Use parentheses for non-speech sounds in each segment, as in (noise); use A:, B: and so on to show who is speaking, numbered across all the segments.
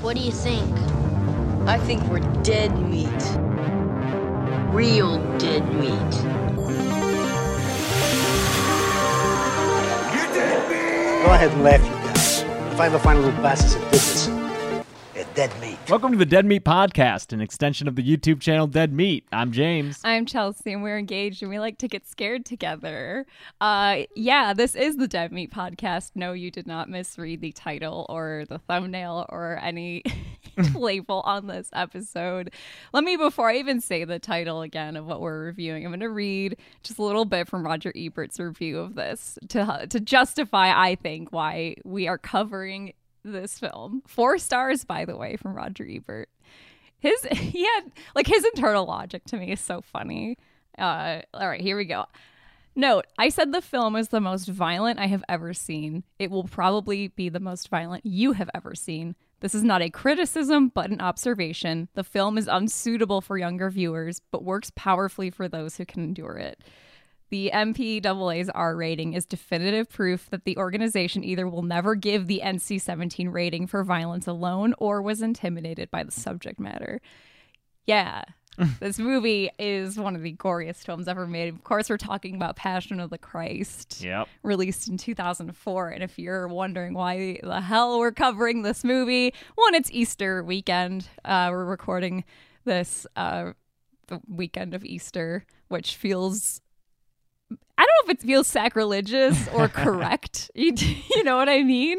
A: What do you think?
B: I think we're dead meat. Real dead meat.
C: Go ahead and laugh, you guys. If I ever find a little bastards that did this, they're dead meat.
D: Welcome to the Dead Meat Podcast, an extension of the YouTube channel Dead Meat. I'm James.
E: I'm Chelsea, and we're engaged, and we like to get scared together. Uh, yeah, this is the Dead Meat Podcast. No, you did not misread the title or the thumbnail or any (laughs) label on this episode. Let me, before I even say the title again of what we're reviewing, I'm going to read just a little bit from Roger Ebert's review of this to to justify, I think, why we are covering this film. Four stars, by the way, from Roger Ebert. His (laughs) he had like his internal logic to me is so funny. Uh, all right, here we go. Note, I said the film is the most violent I have ever seen. It will probably be the most violent you have ever seen. This is not a criticism, but an observation. The film is unsuitable for younger viewers, but works powerfully for those who can endure it. The MPAA's R rating is definitive proof that the organization either will never give the NC 17 rating for violence alone or was intimidated by the subject matter. Yeah. this movie is one of the goriest films ever made. Of course, we're talking about Passion of the Christ,
D: Yep.
E: released in 2004. And if you're wondering why the hell we're covering this movie, one, it's Easter weekend. Uh, we're recording this uh, the weekend of Easter, which feels I don't know if it feels sacrilegious or correct. (laughs) you, you know what I mean?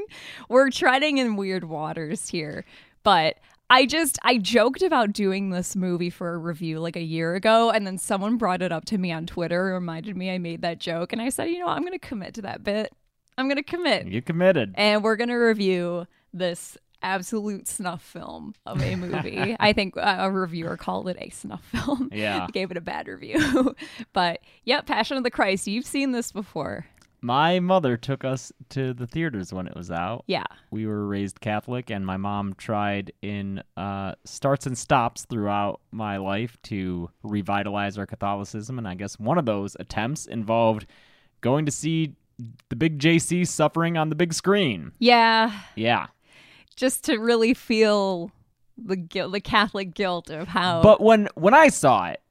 E: We're treading in weird waters here. But I just, I joked about doing this movie for a review like a year ago. And then someone brought it up to me on Twitter, reminded me I made that joke. And I said, you know, I'm going to commit to that bit. I'm going to commit.
D: You committed.
E: And we're going to review this absolute snuff film of
D: (laughs)
E: a movie. I think uh, a reviewer called it a snuff film.
D: Yeah.
E: (laughs) Gave it a bad review. (laughs) but yeah, Passion of the Christ, you've seen this before.
D: My mother took us to the theaters when it was out.
E: Yeah.
D: We were raised Catholic, and my mom tried in uh, starts and stops throughout my life to revitalize our Catholicism. And I guess one of those attempts involved going to see the big JC suffering on the big screen.
E: Yeah,
D: Yeah.
E: just to really feel the guilt, the Catholic guilt of how
D: But when when I saw it,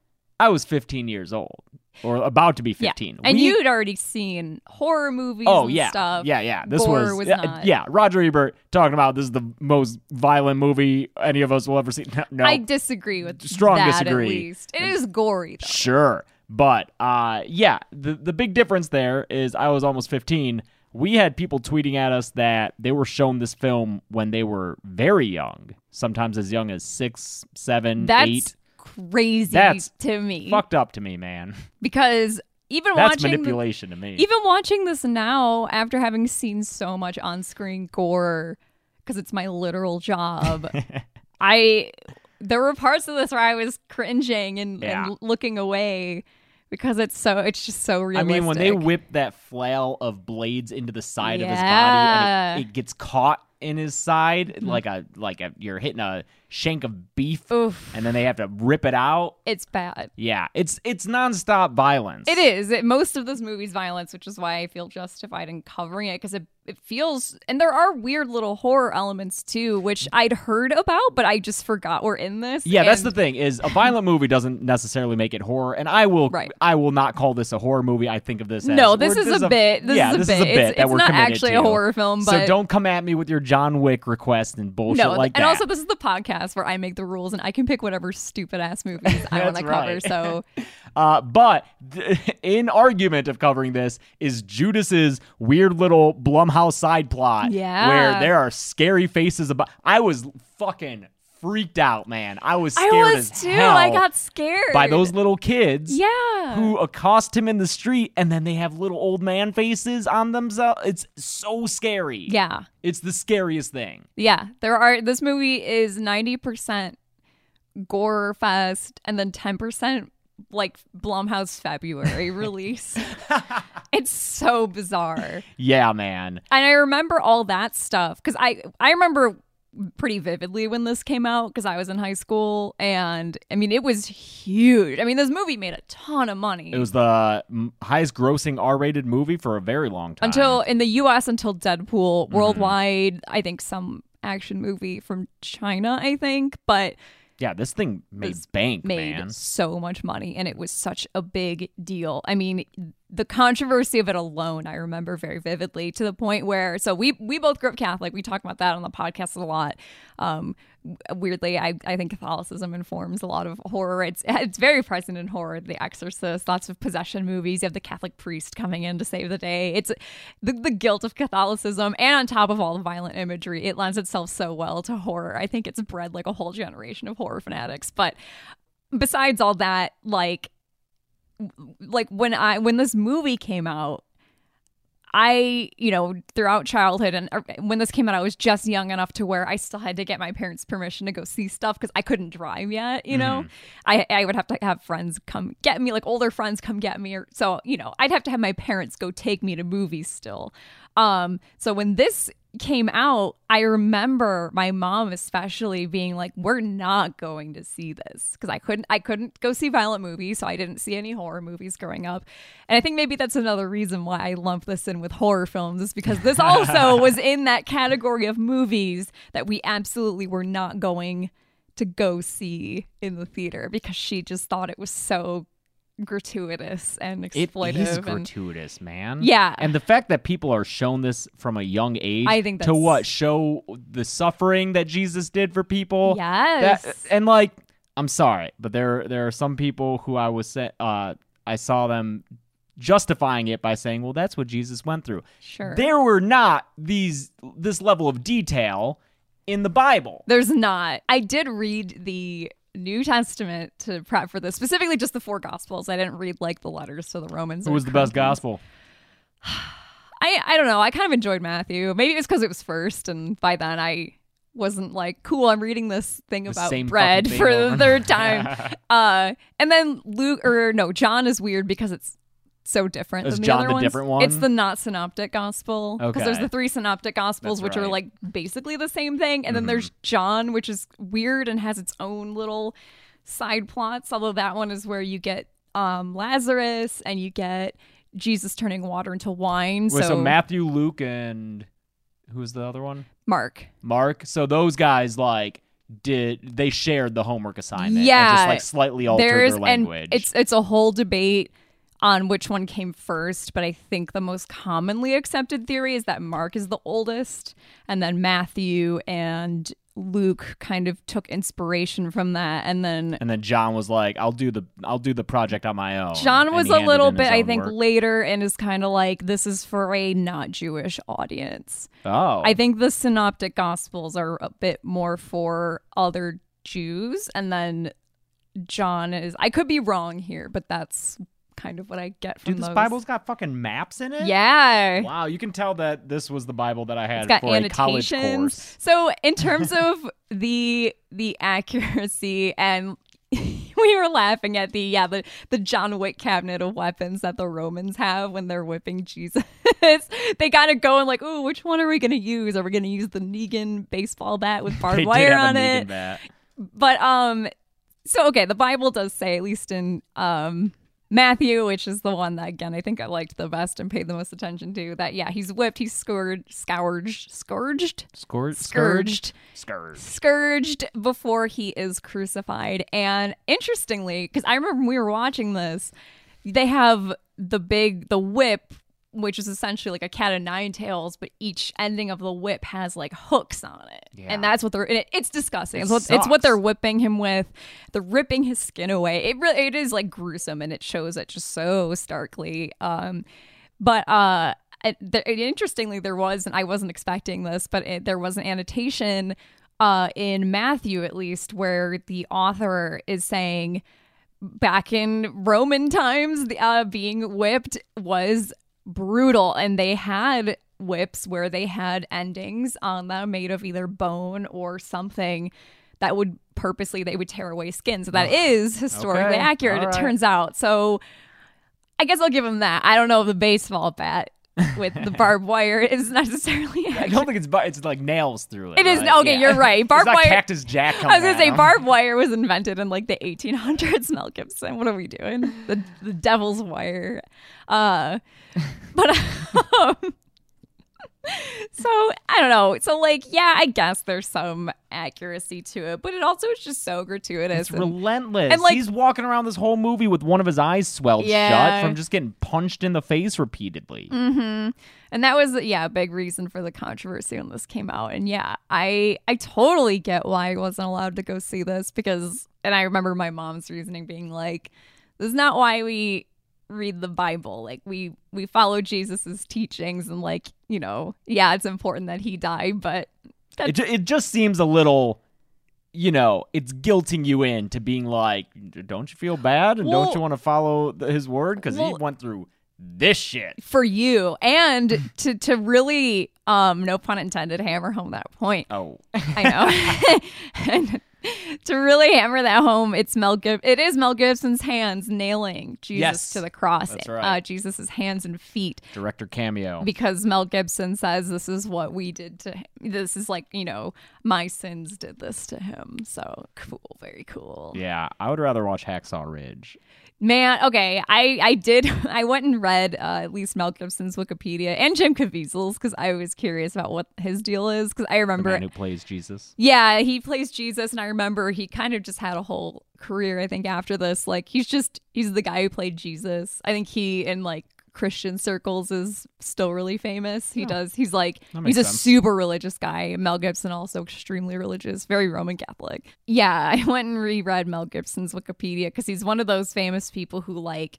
D: I was 15 years old or about to be
E: yeah.
D: 15.
E: And
D: We-
E: you'd already seen horror movies
D: Oh
E: and
D: yeah,
E: stuff.
D: yeah, yeah. This
E: Gore
D: was,
E: was
D: yeah,
E: not.
D: yeah. Roger Ebert talking about this is the most violent movie any of us will ever see. (laughs) No,
E: I disagree with
D: Strong
E: that
D: disagree.
E: at least. It is gory though.
D: sure, but uh, yeah. The the big difference there is I was almost fifteen. We had people tweeting at us that they were shown this film when they were very young, sometimes as young as six, seven,
E: That's
D: eight.
E: crazy
D: That's
E: to me.
D: Fucked up to me, man.
E: because even
D: That's
E: watching the-
D: manipulation to me.
E: even watching this now after having seen so much on-screen gore because it's my
D: (laughs)
E: literal job i there were parts of this where i was cringing and,
D: Yeah.
E: and looking away because it's so it's just so
D: I
E: realistic
D: mean, when they whip that flail of blades into the side of his
E: Yeah. Hmm.
D: body, and it, it gets caught in his side, like a like a you're hitting a shank of beef,
E: Oof.
D: and then they have to rip it out.
E: it's bad
D: Yeah, it's it's nonstop violence.
E: it is it, most of this movie's violence which is why i feel justified in covering it because it, it feels and there are weird little horror elements too which i'd heard about but i just forgot were in this
D: Yeah, that's the
E: and-
D: thing is a violent movie doesn't necessarily make it horror, and I will
E: Right.
D: I will not call this a horror movie. I think of this as
E: No, this
D: we're-
E: is a bit. This
D: yeah,
E: is a
D: this
E: bit.
D: is a bit
E: It's-
D: that
E: it's
D: we're
E: not
D: committed
E: actually
D: to.
E: a horror film,
D: so
E: but-
D: don't come at me with your John Wick request and bullshit
E: No,
D: like
E: and
D: that.
E: also this is the podcast where I make the rules and I can pick whatever stupid ass movies I want
D: That's
E: to
D: right. (laughs)
E: cover. So
D: Uh, but th- (laughs) in argument of covering this is Judas's weird little Blumhouse side plot,
E: Yeah.
D: where there are scary faces. About I was fucking freaked out, man. I was
E: I
D: scared
E: was
D: as
E: too.
D: hell
E: I got scared
D: by those little kids,
E: Yeah.
D: who accost him in the street, and then they have little old man faces on themselves. It's so scary.
E: yeah,
D: it's the scariest thing.
E: yeah. There are. This movie is ninety percent gore fest and then ten percent like
D: (laughs)
E: Blumhouse February release. it's so bizarre.
D: Yeah, man.
E: and I remember all that stuff because I I remember pretty vividly when this came out because I was in high school and I mean it was huge. I mean this movie made a ton of money.
D: It was the mm, highest grossing R-rated movie for a very long time.
E: until in the U.S. until Deadpool worldwide. I think some action movie from China, I think, but
D: Yeah, this thing made
E: This
D: bank,
E: made
D: man.
E: so much money and it was such a big deal. I mean, the controversy of it alone I remember very vividly to the point where so we we both grew up Catholic. We talk about that on the podcast a lot. Um weirdly I, I think Catholicism informs a lot of horror. It's it's very present in horror, The Exorcist, lots of possession movies. You have the Catholic priest coming in to save the day. It's the, the guilt of Catholicism and on top of all the violent imagery, it lends itself so well to horror. I think it's bred like a whole generation of horror fanatics. But besides all that like like when i when this movie came out i you know throughout childhood and or when this came out i was just young enough to where i still had to get my parents permission to go see stuff because i couldn't drive yet you know I, I would have to have friends come get me like older friends come get me or so you know i'd have to have my parents go take me to movies still um so when this came out, I remember my mom especially being like, "We're not going to see this" because I couldn't I couldn't go see violent movies, so I didn't see any horror movies growing up. And I think maybe that's another reason why I lump this in with horror films is because
D: (laughs)
E: this also was in that category of movies that we absolutely were not going to go see in the theater because she just thought it was so gratuitous and
D: It
E: exploitive
D: is
E: and
D: gratuitous, man.
E: Yeah.
D: And the fact that people are shown this from a young age
E: I think
D: to
E: that's-
D: what show the suffering that Jesus did for people.
E: Yes.
D: That- uh, and like I'm sorry, but there there are some people who I was sa- uh I saw them justifying it by saying, "Well, that's what Jesus went through."
E: sure.
D: There were not these this level of detail in the Bible.
E: There's not. I did read the New Testament to prep for this, specifically just the four Gospels. I didn't read like the letters to the Romans.
D: Who
E: or
D: was the best
E: Corinthians.
D: gospel?
E: I I don't know. I kind of enjoyed Matthew. Maybe it's because it was first, and by then I wasn't like, cool. I'm reading this thing about
D: same
E: bread
D: fucking thing
E: for
D: over
E: the
D: and (laughs)
E: third time. uh, and then Luke or no, John is weird because it's so different
D: Is
E: than the
D: John
E: other
D: the
E: ones.
D: different one?
E: It's the not synoptic gospel because there's
D: Okay.
E: the three synoptic gospels,
D: That's
E: which are
D: right. Mm-hmm.
E: like basically the same thing, and then there's John, which is weird and has its own little side plots. Although that one is where you get um, Lazarus and you get Jesus turning water into wine.
D: Wait, so Matthew, Luke, and who was the other one?
E: Mark.
D: Mark. So those guys like did they shared the homework assignment? and
E: Yeah.
D: just like slightly altered their language.
E: and it's it's a whole debate on which one came first, but I think the most commonly accepted theory is that Mark is the oldest, and then Matthew and Luke kind of took inspiration from that, and then
D: and then John was like, "I'll do the I'll do the project on my own."
E: John
D: Oh, And
E: was
D: he
E: a
D: handed
E: little
D: in his
E: bit, I
D: own
E: think,
D: work.
E: later and is kind of like this is for a not Jewish audience.
D: Oh,
E: I think the Synoptic Gospels are a bit more for other Jews, and then John is. I could be wrong here, but that's kind of what I get from
D: dude, this
E: those.
D: Bible's got fucking maps in it.
E: yeah.
D: Wow, you can tell that this was the Bible that I had
E: It's got
D: for a college
E: annotations.
D: course.
E: So in terms of the the accuracy and (laughs) we were laughing at the yeah the, the John Wick cabinet of weapons that the Romans have when they're whipping Jesus. (laughs) they gotta go and like, oh, which one are we gonna use? Are we gonna use the Negan baseball
D: (laughs)
E: bat with
D: They
E: barbed
D: did
E: wire
D: have a
E: on
D: Negan
E: it?
D: bat.
E: but um so okay the bible does say at least in um matthew which is the one that again i think i liked the best and paid the most attention to that yeah he's whipped he's scourged scourged scourged
D: Scourged,
E: Scourged.
D: scourged.
E: (laughs) scourged before he is crucified and interestingly because i remember when we were watching this they have the big the whip which is essentially like a cat of nine tails but each ending of the whip has like hooks on it
D: Yeah.
E: and that's what they're and it, it's disgusting
D: It
E: it's, what, it's what
D: sucks.
E: they're whipping him with they're ripping his skin away it really it is like gruesome and it shows it just so starkly um but uh it, there, interestingly there was and i wasn't expecting this but it, there was an annotation uh in matthew at least where the author is saying back in roman times the uh, being whipped was brutal and they had whips where they had endings on them made of either bone or something that would purposely they would tear away skin so that is historically
D: Okay.
E: accurate
D: All
E: it
D: right.
E: turns out so I guess I'll give him that. I don't know if the baseball bat with
D: (laughs)
E: the barbed wire is necessarily.
D: I
E: accurate.
D: don't think it's bar- it's like nails through it.
E: It is
D: right?
E: okay.
D: Yeah.
E: You're
D: (laughs)
E: right.
D: It's
E: Barbed
D: not
E: wire.
D: Cactus Jack.
E: I was gonna
D: coming at
E: say
D: 'em.
E: barbed wire was invented in like the 1800s. (laughs) Mel Gibson. What are we doing? The the (laughs) devil's wire. Uh, but um, (laughs) So I don't know. So like, yeah, I guess there's some accuracy to it, but it also is just so gratuitous.
D: It's
E: and-
D: relentless.
E: and, like-
D: He's walking around this whole movie with one of his eyes swelled
E: Yeah. Mm,
D: shut from just getting punched in the face repeatedly.
E: Mm-hmm. and that was yeah a big reason for the controversy when this came out and yeah i i totally get why i wasn't allowed to go see this because and i remember my mom's reasoning being like this is not why we read the bible like we we follow jesus's teachings and like you know yeah it's important that he die but
D: It, ju- it just seems a little, you know, it's guilting you into being like, don't you feel bad and
E: Well-
D: don't you want to follow th his word because he
E: Well-
D: went through this shit.
E: for you and to to really um no pun intended hammer home that point
D: Oh,
E: I know. (laughs) and to really hammer that home, it's Mel Gib- It is Mel Gibson's hands nailing Jesus
D: Yes.
E: to the cross.
D: That's right.
E: Uh, Jesus' hands and feet,
D: director
E: (laughs)
D: cameo.
E: because Mel Gibson says this is what we did to him. This is like you know my sins did this to him. So cool, very cool.
D: yeah, I would rather watch Hacksaw Ridge.
E: Man, okay, I I did (laughs) I went and read uh, at least Mel Gibson's Wikipedia and Jim Caviezel's because I was curious about what his deal is because I
D: The
E: remember
D: man who plays Jesus.
E: yeah, he plays Jesus, and I remember he kind of just had a whole career. I think after this, like he's just he's the guy who played Jesus. I think he in like Christian circles is still really famous. He does. He's like
D: That
E: he's
D: makes
E: a
D: sense.
E: super religious guy. Mel Gibson also extremely religious, very Roman Catholic. Yeah, (laughs) I went and reread Mel Gibson's Wikipedia because he's one of those famous people who like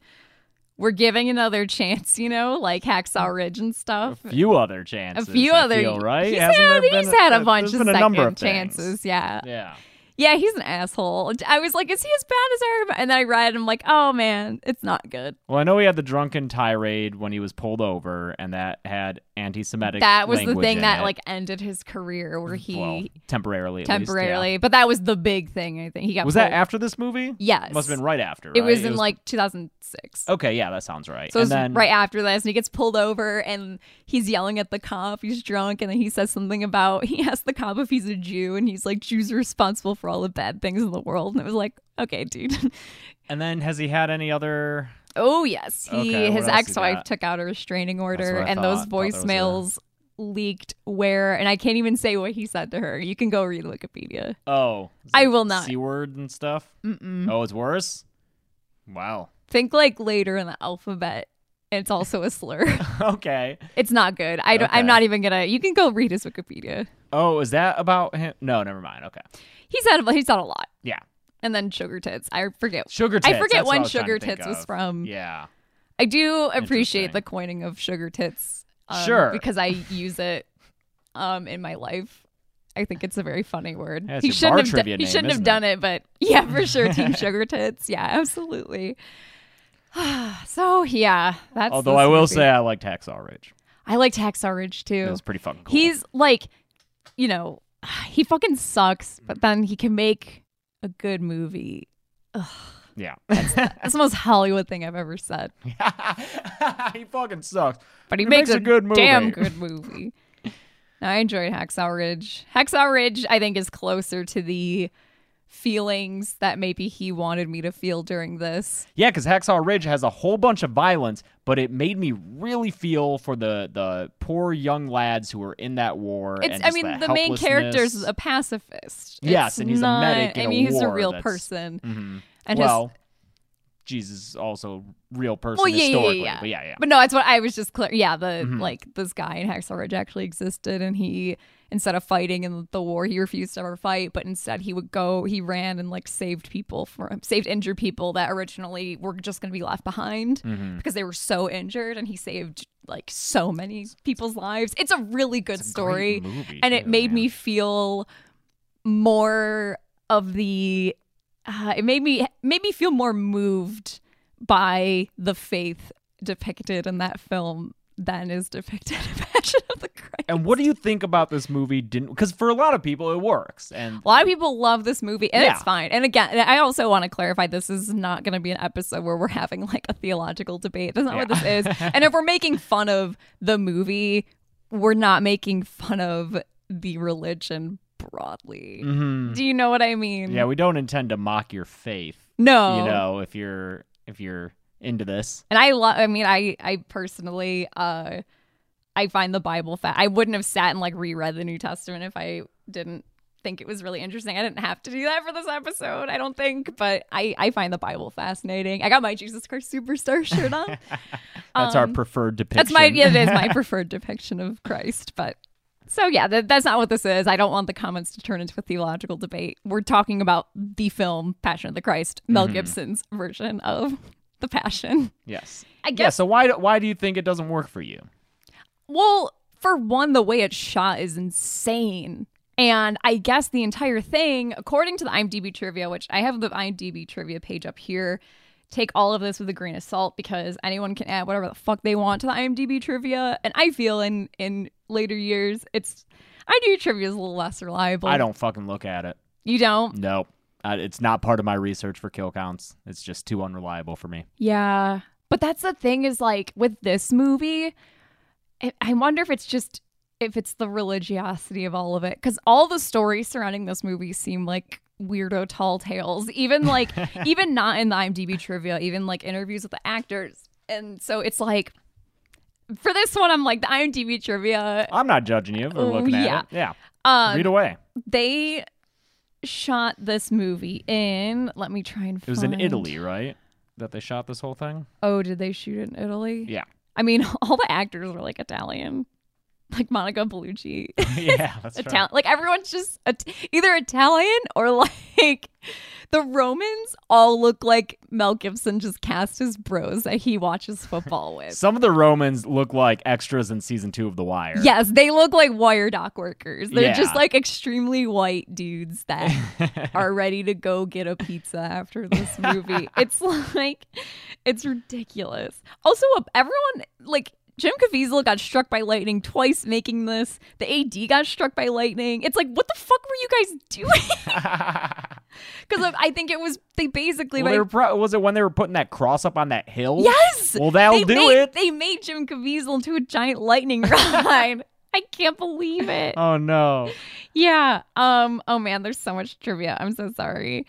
E: we're giving another (laughs) chance. You know, like Hacksaw Ridge and stuff.
D: Few other chances.
E: A few
D: I
E: other,
D: feel, right?
E: He's,
D: Hasn't
E: had,
D: there been
E: he's had a bunch
D: there's
E: of
D: been a
E: second
D: number of things.
E: chances. Yeah,
D: Yeah.
E: yeah, he's an asshole. I was like, is he as bad as I remember? And then I read, and I'm like, oh man, it's not good.
D: Well, I know he had the drunken tirade when he was pulled over, and that had anti-Semitic.
E: That was the
D: language
E: thing
D: in
E: that
D: it.
E: like ended his career, where he
D: well, temporarily, at least, yeah.
E: temporarily, but that was the big thing. I think he got
D: Was that
E: pulled-
D: after this movie?
E: Yes,
D: Must have been right after.
E: It
D: right?
E: was in like 2006.
D: Okay, yeah, that sounds right.
E: So it
D: and
E: was
D: then
E: right after this, and he gets pulled over, and he's yelling at the cop. He's drunk, and then he says something about he asks the cop if he's a Jew, and he's like, Jews are responsible for all the bad things in the world. And it was like, okay, dude, (laughs)
D: and then has he had any other?
E: Oh yes, he
D: Okay, what else
E: his
D: you
E: ex-wife
D: got?
E: took out a restraining order,
D: what I
E: and those
D: thought. Thought there was a-
E: voicemails leaked where, and I can't even say what he said to her. You can go read Wikipedia.
D: Oh, is
E: I
D: it
E: will not.
D: c word and stuff.
E: Mm-mm.
D: Oh, it's worse. Wow. (laughs)
E: Think like later in the alphabet. It's also
D: (laughs)
E: a slur.
D: okay.
E: it's not good. I don't, I'm
D: Okay.
E: not even gonna. You can go read his Wikipedia.
D: Oh, is that about him? No, never mind. Okay.
E: He's had he's had a lot,
D: Yeah.
E: and then sugar tits. I forget.
D: Sugar tits.
E: I forget
D: that's what
E: when
D: was trying
E: sugar
D: to think
E: tits was
D: of.
E: from.
D: Yeah.
E: I do appreciate
D: Interesting.
E: the coining of sugar tits. um,
D: Sure.
E: Because I use it um, in my life. I think it's a very funny word.
D: Yeah, it's
E: he
D: your
E: shouldn't
D: bar
E: have, done-
D: trivia
E: he
D: name,
E: shouldn't have
D: isn't
E: done it, but (laughs) yeah, for sure. Team sugar tits. Yeah, absolutely. (sighs) so yeah, that's.
D: Although
E: this
D: I will
E: movie.
D: say I liked Hacksaw Ridge.
E: I liked Hacksaw Ridge too.
D: It was pretty fucking cool.
E: He's like, you know, (sighs) he fucking sucks, but then he can make a good movie.
D: yeah. (laughs)
E: That's the most Hollywood thing I've ever said.
D: (laughs) he fucking sucks.
E: but he
D: It
E: makes, a,
D: good movie. (laughs)
E: damn good movie. No, I enjoyed Hacksaw Ridge. Hacksaw Ridge, I think, is closer to the feelings that maybe he wanted me to feel during this.
D: Yeah, because Hacksaw Ridge has a whole bunch of violence, but it made me really feel for the the poor young lads who were in that war.
E: It's,
D: and
E: I
D: just
E: mean,
D: that
E: the main character's
D: helplessness.
E: uh, a pacifist.
D: Yes,
E: It's
D: and he's a
E: not-
D: medic in
E: I
D: a
E: mean, he's a
D: war
E: real
D: that's-
E: person,
D: Mhm.
E: and his
D: well, Jesus is also a real person
E: well, yeah, yeah,
D: historically,
E: yeah,
D: but yeah, Mm-hmm. yeah.
E: But no, that's what I was just clear. Yeah, the like this guy in Hacksaw Ridge actually existed, and he instead of fighting in the war, he refused to ever fight, but instead he would go, he ran and like saved people from saved injured people that originally were just going to be left behind
D: Mm-hmm.
E: because they were so injured, and he saved like so many people's lives. It's a really good
D: It's a
E: story,
D: great movie,
E: and it
D: too,
E: made
D: man.
E: me feel more of the uh, it made me made me feel more moved by the faith depicted in that film than is depicted in (laughs) Passion of the Christ.
D: And what do you think about this movie? Didn't because for a lot of people it works, and
E: a lot of people love this movie, and it's
D: Yeah.
E: fine. And again, I also want to clarify this is not going to be an episode where we're having like a theological debate. That's not what
D: Yeah. (laughs)
E: this is. and if we're making fun of the movie, we're not making fun of the religion broadly.
D: Mhm.
E: Do you know what I mean?
D: yeah, we don't intend to mock your faith.
E: no.
D: You know, if you're if you're into this,
E: and i love i mean i i personally uh I find the Bible fa I wouldn't have sat and like reread the New Testament if I didn't think it was really interesting. I didn't have to do that for this episode, I don't think, but I I find the Bible fascinating. I got my Jesus Christ superstar (laughs) shirt on.
D: That's our preferred depiction.
E: Um, That's my yeah, it is my preferred depiction of Christ, but so yeah, that, that's not what this is. I don't want the comments to turn into a theological debate. We're talking about the film Passion of the Christ, Mel Gibson's version of the Passion.
D: yes.
E: I
D: Yeah.
E: guess
D: So why do- why do you think it doesn't work for you?
E: Well, for one, the way it's shot is insane. And I guess the entire thing, according to the IMDb trivia, which I have the IMDb trivia page up here, take all of this with a grain of salt because anyone can add whatever the fuck they want to the IMDb trivia. And I feel in in later years, it's IMDb trivia is a little less reliable.
D: I don't fucking look at it.
E: You don't.
D: No, uh, it's not part of my research for kill counts. It's just too unreliable for me.
E: Yeah. But that's the thing is like with this movie, I- I wonder if it's just if it's the religiosity of all of it cuz all the stories surrounding this movie seem like weirdo tall tales
D: (laughs)
E: even like even not in the IMDb trivia even like interviews with the actors and so it's like for this one I'm like the IMDb trivia
D: I'm not judging you for
E: Oh,
D: looking at
E: yeah.
D: it. Yeah.
E: um
D: Read away.
E: they shot this movie in let me try and
D: It was in
E: find-
D: Italy, right? That they shot this whole
E: (laughs)
D: thing.
E: Oh, did they shoot it in Italy?
D: Yeah. (laughs)
E: I mean, (laughs) all the actors were like Italian, like Monica Bellucci.
D: yeah. That's right.
E: Italian, like everyone's just it- either Italian or (laughs) like the Romans all look like Mel Gibson just cast his bros that he watches
D: (laughs)
E: football with.
D: Some of the Romans look like extras in season two of The Wire. (laughs)
E: Yes, they look like wire dock workers. They're
D: Yeah.
E: just like extremely white
D: (laughs)
E: dudes that are ready to go get a pizza after
D: (laughs)
E: this movie. it's like, it's ridiculous. Also, uh, everyone, like, Jim Caviezel got struck by lightning twice making this. The AD got struck by lightning. It's like, what the fuck were you guys doing? (laughs) Because I think it was, they basically,
D: Well, they
E: like,
D: were pro- was it when they were putting that cross up on that hill?
E: Yes.
D: Well, that'll
E: they
D: do
E: made,
D: it.
E: They made Jim Caviezel into a giant lightning (laughs) rod. I can't believe it.
D: Oh no.
E: Yeah. Um. Oh man, there's so much trivia. I'm so sorry.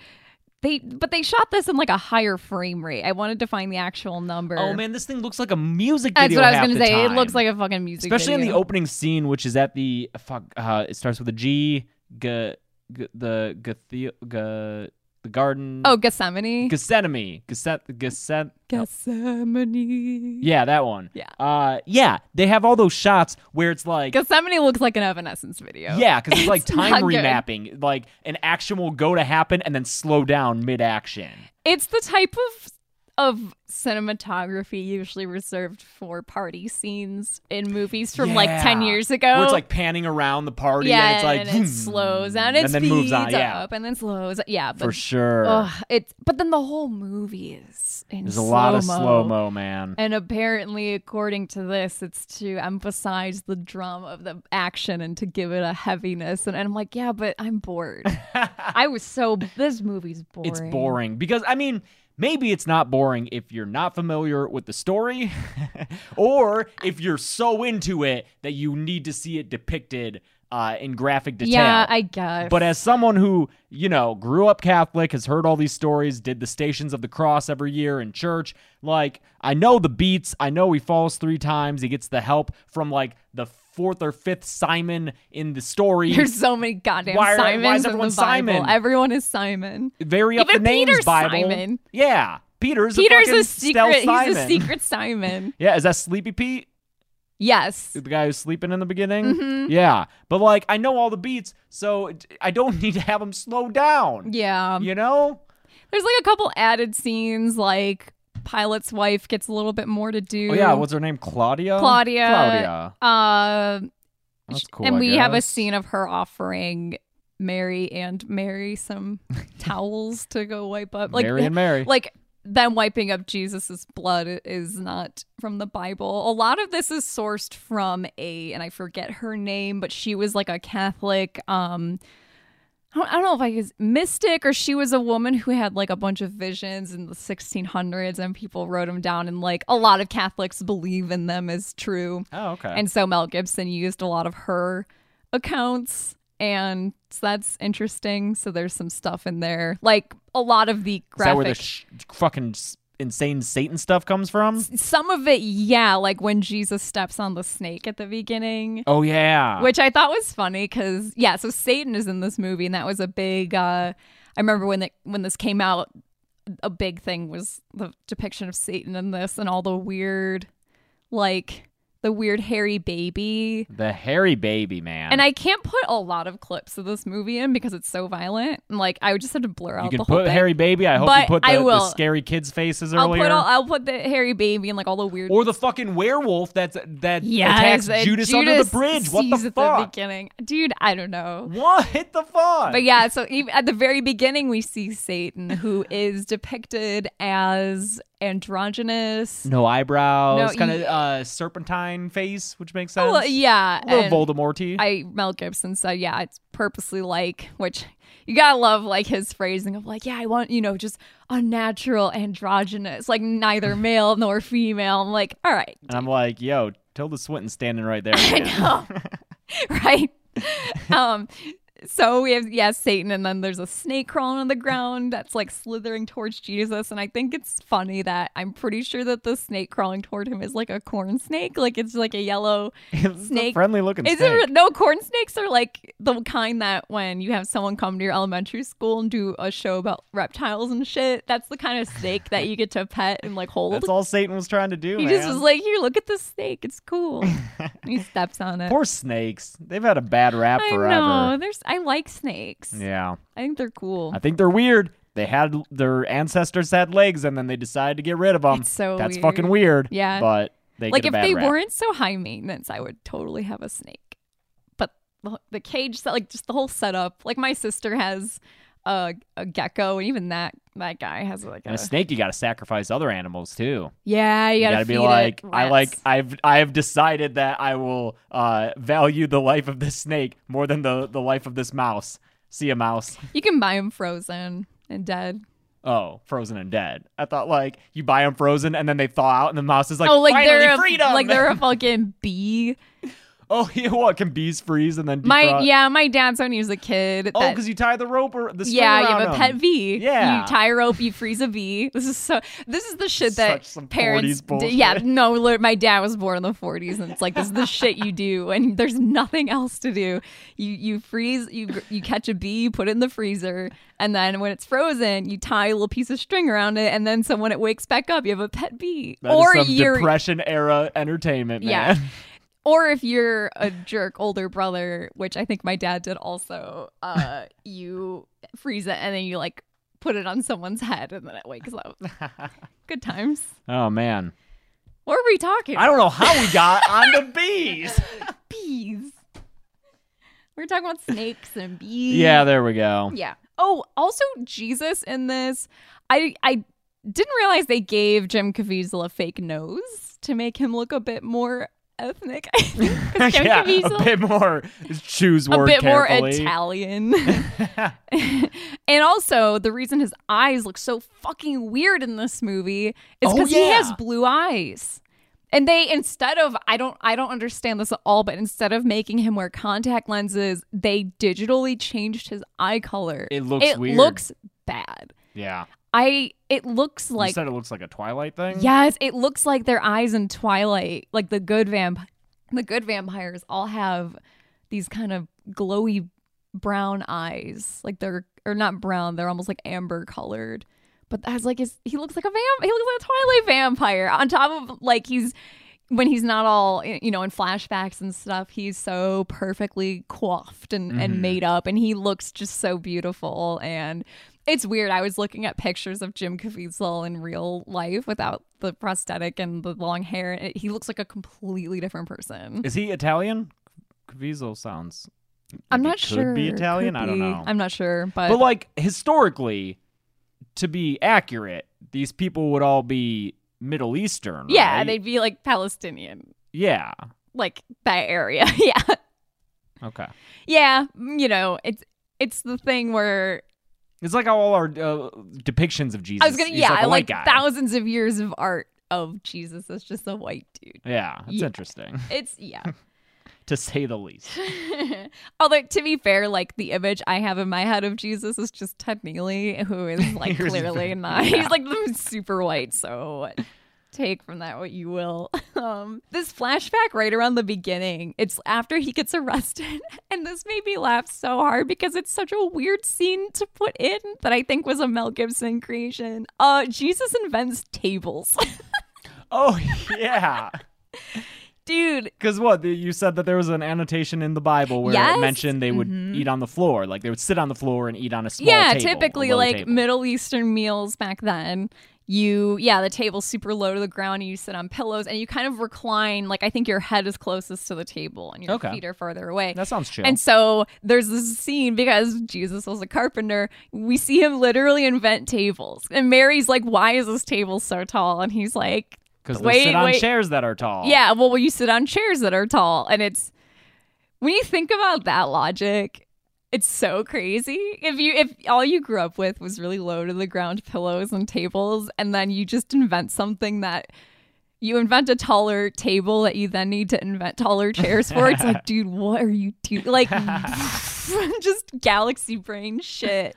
E: They but they shot this in like a higher frame rate. I wanted to find the actual number.
D: Oh man, this thing looks like a music
E: that's
D: video.
E: what I was
D: half
E: gonna
D: the
E: say. It
D: time.
E: looks like a fucking music,
D: especially in the
E: video.
D: opening scene, which is at the fuck. Uh, it starts with a G. G, g the Gathio, g, the garden.
E: Oh, Gethsemane.
D: Gethsemane. Gethset. Gethset.
E: Gethsemane.
D: Yeah, that one.
E: Yeah.
D: Uh, yeah. They have all those shots where it's like.
E: Gethsemane looks like an Evanescence video.
D: Yeah,
E: (laughs)
D: because it's like
E: It's not
D: time
E: good.
D: remapping, like an action will go to happen and then slow down mid action.
E: It's the type of of cinematography usually reserved for party scenes in movies from like ten
D: Yeah.
E: years ago.
D: Where it's like panning around the party
E: yeah,
D: and it's like
E: and
D: (laughs)
E: it slows down, it
D: and then
E: speeds
D: moves on. Yeah,
E: up, and then slows. Yeah, but
D: for sure.
E: Ugh, it's but then the whole movie is in
D: There's a lot of
E: slow-mo.
D: slow mo, man.
E: And apparently, according to this, it's to emphasize the drum of the action and to give it a heaviness. And, and I'm like, yeah, but
D: (laughs)
E: I'm bored. I was so this movie's boring.
D: It's boring because I mean, maybe it's not boring if you're not familiar with the story, (laughs) or if you're so into it that you need to see it depicted uh, in graphic detail.
E: Yeah, I guess.
D: But as someone who, you know, grew up Catholic, has heard all these stories, did the Stations of the Cross every year in church, like, I know the beats. I know he falls three times. He gets the help from, like, the fourth or fifth Simon in the story.
E: (laughs) there's so many goddamn
D: Why are- why is
E: Simons in the
D: everyone
E: Bible.
D: Simon?
E: Everyone is Simon.
D: Vary up
E: Even
D: the names,
E: Peter's
D: Bible.
E: Simon.
D: Yeah. Peter's,
E: Peter's
D: a, fucking
E: a secret.
D: stealth
E: He's
D: Simon.
E: a
D: (laughs)
E: secret Simon.
D: Yeah, is that Sleepy Pete?
E: Yes.
D: The guy who's sleeping in the beginning?
E: Mm-hmm.
D: Yeah. But like I know all the beats, so it- I don't (laughs) need to have him slow down.
E: Yeah.
D: You know?
E: There's like a couple added scenes, like Pilot's wife gets a little bit more to do.
D: Oh yeah, what's her name? Claudia?
E: Claudia?
D: Claudia.
E: Uh,
D: That's cool.
E: and
D: I
E: we have a
D: guess.
E: scene of her offering Mary and Mary some towels to go wipe up. Like,
D: Mary and Mary.
E: like them wiping up Jesus's blood is not from the Bible. A lot of this is sourced from a, and I forget her name, but she was like a Catholic. Um, I don't, I don't know if I was mystic or she was a woman who had like a bunch of visions in the 1600s and people wrote them down and like a lot of Catholics believe in them as true.
D: oh, okay.
E: And so Mel Gibson used a lot of her accounts. And so that's interesting. So there's some stuff in there. Like a lot of the
D: Is that where
E: graphic.
D: the sh- fucking s- insane Satan stuff comes from?
E: Some of it, yeah, like when Jesus steps on the snake at the beginning.
D: Oh yeah.
E: which I thought was funny because yeah, so Satan is in this movie, and that was a big. Uh, I remember when that when this came out, a big thing was the depiction of Satan in this, and all the weird, like the weird hairy baby.
D: the hairy baby man.
E: And I can't put a lot of clips of this movie in because it's so violent, and like I would just have to blur out
D: you can
E: oh, the whole
D: put
E: thing.
D: hairy baby. I hope you
E: But
D: put the,
E: I
D: the
E: will.
D: scary kids faces
E: I'll
D: earlier.
E: put all, I'll put the hairy baby and like all the weird
D: or the fucking werewolf that's that
E: Yes,
D: attacks
E: and
D: Judas, under the bridge. What
E: uh, sees
D: the
E: at
D: fuck?
E: beginning, dude? I don't know.
D: what? Hit the fuck.
E: But yeah, so even at the very beginning, we see
D: (laughs)
E: Satan, who is depicted as androgynous.
D: No eyebrows,
E: No,
D: kind of
E: you-
D: uh, serpentine face, which makes sense.
E: Oh, Well, yeah,
D: A little
E: and
D: Voldemorty.
E: I Mel Gibson said, yeah, it's purposely like, which you gotta love, like his phrasing of like, yeah, I want you know just unnatural androgynous,
D: (laughs)
E: like neither male nor female. I'm like, all right,
D: and I'm like, yo, Tilda Swinton standing right
E: (laughs)
D: there. (laughs) man.
E: right? um, so we have yeah, Satan, and then there's a snake crawling on the ground that's like slithering towards Jesus, and I think it's funny that I'm pretty sure that the snake crawling toward him is like a corn snake, like it's like a yellow.
D: It's a
E: Snake.
D: friendly looking
E: Is
D: snake.
E: it no corn snakes are like the kind that when you have someone come to your elementary school and do a show about reptiles and shit, that's the kind of snake that you get to pet and like hold.
D: That's all Satan was trying to do.
E: he
D: man.
E: just was like, "Here, look at this snake. It's
D: (laughs)
E: cool." And he steps on it.
D: Poor snakes. They've had a bad rap
E: I
D: forever.
E: know. There's I like snakes.
D: Yeah.
E: I think they're cool.
D: I think they're weird. They had their ancestors had legs, and then they decided to get rid of them.
E: It's so
D: That's
E: weird.
D: fucking weird.
E: Yeah.
D: but they
E: like
D: get a
E: if
D: bad
E: they
D: rap.
E: weren't so high maintenance, I would totally have a snake. But the, the cage set, like just the whole setup. Like my sister has a, a gecko, and even that that guy has like
D: And
E: a,
D: a snake, you got to sacrifice other animals too.
E: yeah. Uh, You
D: You
E: gotta,
D: gotta be
E: feed it
D: like, I
E: rats.
D: like, I've, I have decided that I will uh, value the life of this snake more than the the life of this mouse. See a mouse.
E: (laughs) You can buy them frozen and dead.
D: Oh, frozen and dead. I thought like you buy them frozen and then they thaw out and the mouse is like,
E: oh, like
D: finally
E: they're a,
D: freedom.
E: like they're a fucking bee.
D: (laughs) oh, yeah, what can bees freeze and then
E: My
D: defrost?
E: yeah, my dad's when he was a kid.
D: Oh,
E: that-
D: because you tie the rope or the string
E: Yeah, you have
D: around
E: a pet
D: 'em.
E: V.
D: Yeah.
E: You tie a rope, you freeze a V. This is so this is the shit that
D: Such some 40s
E: parents
D: bullshit.
E: d- Yeah, no, li- my dad was born in the 40s and it's like this is the shit you do and there's nothing else to do. You you freeze, you gr- you catch a bee, you put it in the freezer, and then when it's frozen, you tie a little piece of string around it and then so when it wakes back up, you have a pet bee.
D: That is
E: or
D: some
E: you're
D: depression era entertainment,
E: Yeah.
D: (laughs) man.
E: or if you're a jerk older brother, which I think my dad did also,
D: (laughs)
E: uh, you freeze it and then you like put it on someone's head and then it wakes up.
D: (laughs)
E: Good times.
D: Oh man,
E: What are we talking?
D: I don't know how we got on the
E: (laughs)
D: bees.
E: bees. We're talking about snakes and bees.
D: yeah, there we go.
E: Yeah. Oh, also Jesus in this. I I didn't realize they gave Jim Caviezel a fake nose to make him look a bit more ethnic. (laughs)
D: (laughs)
E: I think 'cause Jim
D: yeah,
E: Caviezel
D: a bit more. just Choose
E: a
D: word
E: bit more
D: carefully. (laughs)
E: Italian. (laughs) and also, the reason his eyes look so fucking weird in this movie is
D: Oh,
E: because he
D: yeah.
E: has blue eyes. And they instead of I don't I don't understand this at all, but instead of making him wear contact lenses, they digitally changed his eye color.
D: It looks
E: it
D: weird.
E: looks bad.
D: yeah,
E: I it looks
D: you
E: like
D: said it looks like a Twilight thing.
E: Yes, it looks like their eyes in Twilight, like the good vamp, the good vampires all have these kind of glowy brown eyes, like they're or not brown, they're almost like amber colored. But that's like his, he looks like a vamp, he looks like a Twilight vampire. On top of like he's when he's not all you know in flashbacks and stuff, he's so perfectly coiffed and, and made up, and he looks just so beautiful and it's weird. I was looking at pictures of Jim Caviezel in real life without the prosthetic and the long hair. and it- He looks like a completely different person.
D: Is he Italian? Caviezel sounds.
E: I'm
D: like
E: not
D: he
E: sure.
D: Could be Italian.
E: Could
D: I don't
E: be.
D: know.
E: I'm not sure, but,
D: but like historically, to be accurate, these people would all be Middle Eastern.
E: yeah,
D: right?
E: they'd be like Palestinian,
D: yeah.
E: like that area. (laughs) yeah,
D: Okay.
E: yeah. You know, it's it's the thing where
D: It's like how all our uh, depictions of Jesus.
E: I was gonna.
D: he's
E: yeah,
D: like, a
E: like
D: white guy.
E: thousands of years of art of Jesus as just a white dude.
D: Yeah, it's
E: Yeah. (laughs)
D: interesting.
E: It's yeah.
D: to say the least.
E: (laughs) Although to be fair, like the image I have in my head of Jesus is just Ted Neely, who is like
D: Here's the
E: clearly
D: thing.
E: not. He's like (laughs) super white, so take from that what you will. (laughs) Um, this flashback right around the beginning, it's after he gets arrested, (laughs) and this made me laugh so hard because it's such a weird scene to put in that I think was a Mel Gibson creation. Uh, Jesus invents tables, (laughs)
D: Oh (laughs) yeah.
E: dude.
D: Because what the- you said that there was an annotation in the Bible where
E: Yes. Mm-hmm.
D: it mentioned they would eat on the floor, like they would sit on the floor and eat on a small
E: yeah
D: table, a
E: typically
D: low
E: like
D: table.
E: middle eastern meals back then you yeah the table's super low to the ground and you sit on pillows and you kind of recline like i think your head is closest to the table and your
D: Okay.
E: feet are farther away
D: that sounds chill.
E: and so there's this scene because Jesus was a carpenter. We see him literally invent tables. And Mary's like, Why is this table so tall? And he's like,
D: Because they
E: wait,
D: sit on
E: wait.
D: chairs that are tall.
E: yeah, well, will you sit on chairs that are tall? And it's when you think about that logic, it's so crazy. If you if all you grew up with was really low to the ground pillows and tables, and then you just invent something that you invent a taller table that you then need to invent taller chairs for. It's like, dude, what are you doing? Like, (laughs) just galaxy brain shit.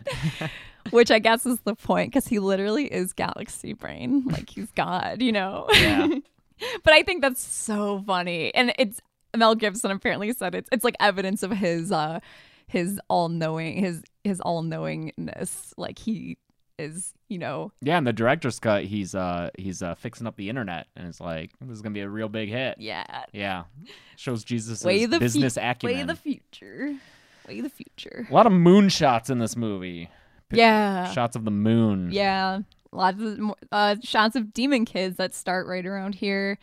E: Which I guess is the point because he literally is galaxy brain. Like, he's God, you know?
D: Yeah.
E: (laughs) but I think that's so funny, and it's Mel Gibson apparently said it's it's like evidence of his uh his all knowing his his all knowingness. Like he is, you know,
D: Yeah, and the director's cut, he's uh he's uh fixing up the internet and it's like this is gonna be a real big hit.
E: yeah,
D: Yeah. Shows Jesus'
E: way the fu-
D: business
E: way
D: acumen.
E: the future, way the future.
D: a lot of moon shots in this movie. Pi-
E: Yeah,
D: Shots of the moon.
E: yeah, lots of mo- uh, shots of demon kids that start right around here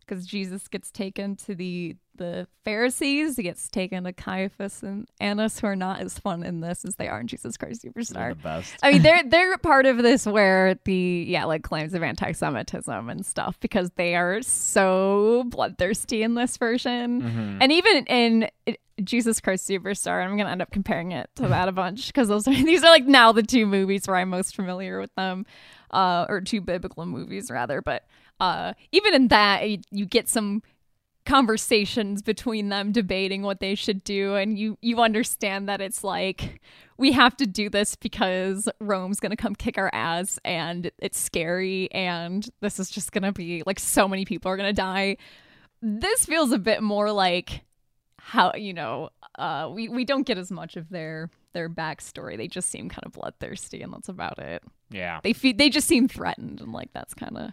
E: because Jesus gets taken to the the Pharisees. He gets taken to Caiaphas and Annas, who are not as fun in this as they are in Jesus Christ
D: They're
E: Superstar.
D: the best.
E: I mean, they're they're part of this where the yeah like claims of anti-Semitism and stuff because they are so bloodthirsty in this version, and even in it- Jesus Christ Superstar, I'm gonna end up comparing it to that a bunch because those are (laughs) these are like now the two movies where I'm most familiar with them, uh, or two biblical movies rather. But uh, even in that, you, you get some conversations between them debating what they should do and you you understand that it's like we have to do this because Rome's going to come kick our ass and it's scary and this is just going to be like so many people are going to die. This feels a bit more like how you know uh we we don't get as much of their their backstory. They just seem kind of bloodthirsty and that's about it.
D: Yeah.
E: They fe- they just seem threatened and like that's kind of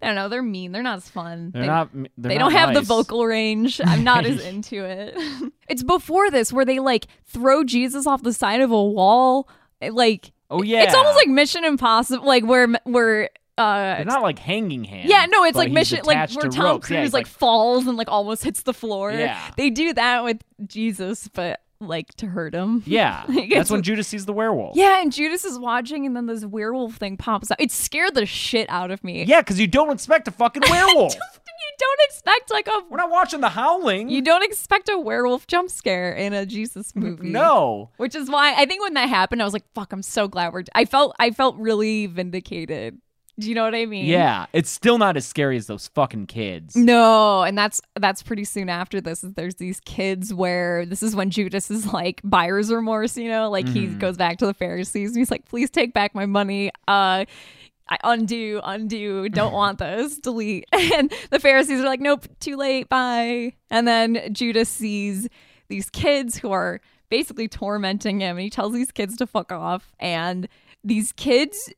E: I don't know, they're mean. They're not as fun.
D: They're
E: They-
D: not m- they're
E: they
D: not
E: don't have the
D: nice.
E: vocal range. I'm not
D: (laughs)
E: as into it. (laughs) it's before this where they like throw Jesus off the side of a wall. It, Like
D: Oh yeah.
E: it's almost like Mission Impossible. Like where where uh
D: They're not like hanging hands.
E: yeah no it's
D: but
E: like
D: he's
E: Mission like
D: attached
E: where
D: to
E: Tom
D: ropes.
E: Cruise
D: Yeah, he's
E: like, falls and like almost hits the floor.
D: Yeah.
E: they do that with Jesus, but like to hurt him.
D: Yeah.
E: (laughs) Like, it's-
D: That's when Judas sees the werewolf.
E: Yeah, and Judas is watching, and then this werewolf thing pops out. It scared the shit out of me.
D: Yeah, because you don't expect a
E: (laughs)
D: fucking werewolf.
E: You don't expect like a
D: (laughs) We're not watching The Howling. (laughs)
E: You don't expect a werewolf jump scare in a Jesus movie.
D: no.
E: Which is why I think when that happened, I was like, fuck, I'm so glad we're. I felt I felt really vindicated. Do you know what I mean?
D: Yeah, it's still not as scary as those fucking kids.
E: Mm. No, and that's that's pretty soon after this. Is there's these kids where this is when Judas is like buyer's remorse, you know, like he goes back to the Pharisees and he's like, "Please take back my money." Uh I undo, undo, don't want those, delete. (laughs) And the Pharisees are like, "Nope, too late, bye." And then Judas sees these kids who are basically tormenting him and he tells these kids to fuck off and these kids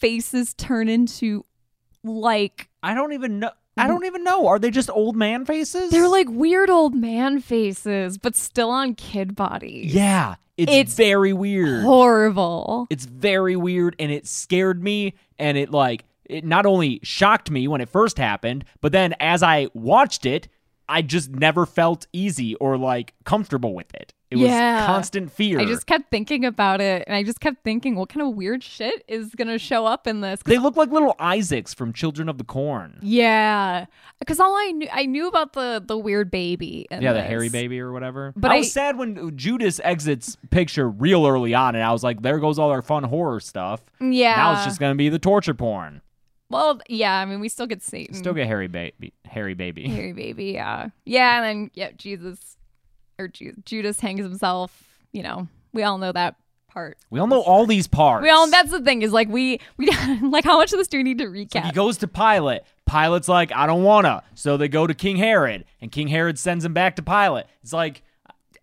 E: faces turn into like
D: I don't even know. I don't even know. Are they just old man faces?
E: Mm. They're like weird old man faces, but still on kid bodies.
D: yeah. It's,
E: It's
D: very weird.
E: Horrible.
D: it's very weird, and it scared me, and it like it not only shocked me when it first happened, but then as I watched it, I just never felt easy or like comfortable with it. It
E: Yeah.
D: was constant fear.
E: I just kept thinking about it and I just kept thinking, what kind of weird shit is going to show up in this? 'Cause-
D: they look like little Isaacs from Children of the Corn.
E: yeah. Because all I knew, I knew about the, the weird baby. in
D: Yeah, the
E: this.
D: hairy baby or whatever.
E: But
D: But
E: I-
D: I was sad when Judas exits picture real early on, and I was like, "There goes all our fun horror stuff."
E: Yeah.
D: Now it's just gonna be the torture porn.
E: Well, yeah, I mean, we still get Satan.
D: Still
E: (laughs)
D: get Harry Baby. Harry Baby.
E: Harry baby, Mm. yeah. Yeah, and then yeah, Jesus or Ju- Judas hangs himself, you know. We all know that part.
D: We all know all these parts.
E: We all that's the thing is like we we (laughs) like how much of this do we need to recap?
D: He goes to Pilate. Pilate's like, I don't wanna. So they go to King Herod, and King Herod sends him back to Pilate. It's like,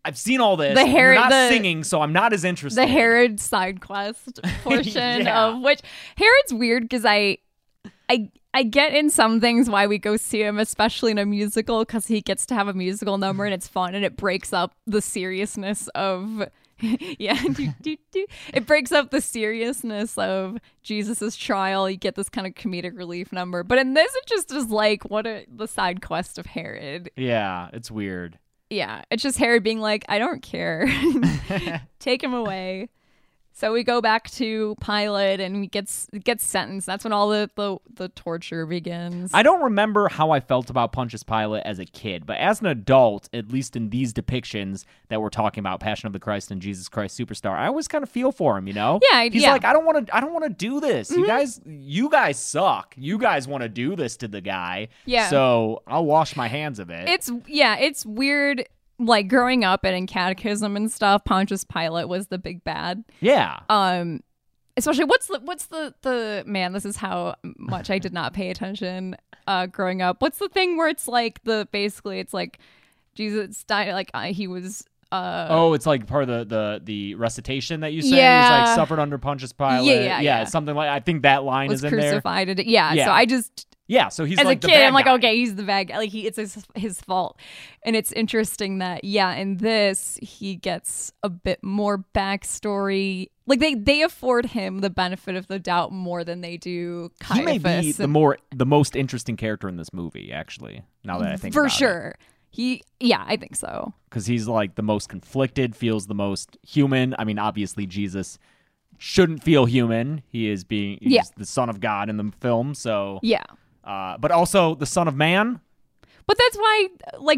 D: I've seen all this.
E: The
D: and
E: Herod-
D: You're not
E: the-
D: singing, so I'm not as interested.
E: the Herod side
D: (laughs)
E: quest portion
D: Yeah.
E: of which Herod's weird because I, I, I get in some things why we go see him, especially in a musical, because he gets to have a musical number and it's fun and it breaks up the seriousness of. (laughs) Yeah, do, do, do. it breaks up the seriousness of Jesus's trial. You get this kind of comedic relief number, but in this, it just is like what a, the side quest of Herod.
D: Yeah, it's weird.
E: Yeah, it's just Herod being like, I don't care. (laughs) Take him away. So we go back to Pilate and he gets gets sentenced. That's when all the the, the torture begins.
D: I don't remember how I felt about Pontius Pilate as a kid, but as an adult, at least in these depictions that we're talking about, Passion of the Christ and Jesus Christ Superstar, I always kind of feel for him, you know?
E: Yeah, I-
D: he's
E: yeah. Mm-hmm.
D: like, I don't want to, I don't want to do this. You guys, you guys suck. You guys want to do this to the guy.
E: Yeah.
D: So I'll wash my hands of it.
E: it's yeah, it's weird. Like growing up and in catechism and stuff, Pontius Pilate was the big bad.
D: yeah.
E: Um, especially what's the what's the the man? This is how much I did not pay attention uh growing up. What's the thing where it's like the basically it's like Jesus died like uh, he was uh
D: oh, it's like part of the the, the recitation that you say. He's
E: Yeah.
D: like suffered under Pontius Pilate.
E: Yeah, yeah, yeah.
D: Something like I think that line
E: was
D: is in there.
E: crucified. And, yeah,
D: Yeah.
E: So I just,
D: Yeah. So he's
E: as
D: like
E: a
D: the
E: kid,
D: bad
E: I'm like, "Oh,
D: guy.
E: okay, he's the bad guy. Like he, it's his, his fault. And it's interesting that, yeah, in this he gets a bit more backstory. Like they they afford him the benefit of the doubt more than they do
D: he may
E: Caiaphas.
D: be the more the most interesting character in this movie actually now that i think
E: for sure. He, yeah, I think so.
D: because he's like the most conflicted feels the most human i mean obviously jesus shouldn't feel human he is being he's
E: Yeah.
D: the son of god in the film so
E: Yeah.
D: uh, but also the son of man
E: But that's why, like,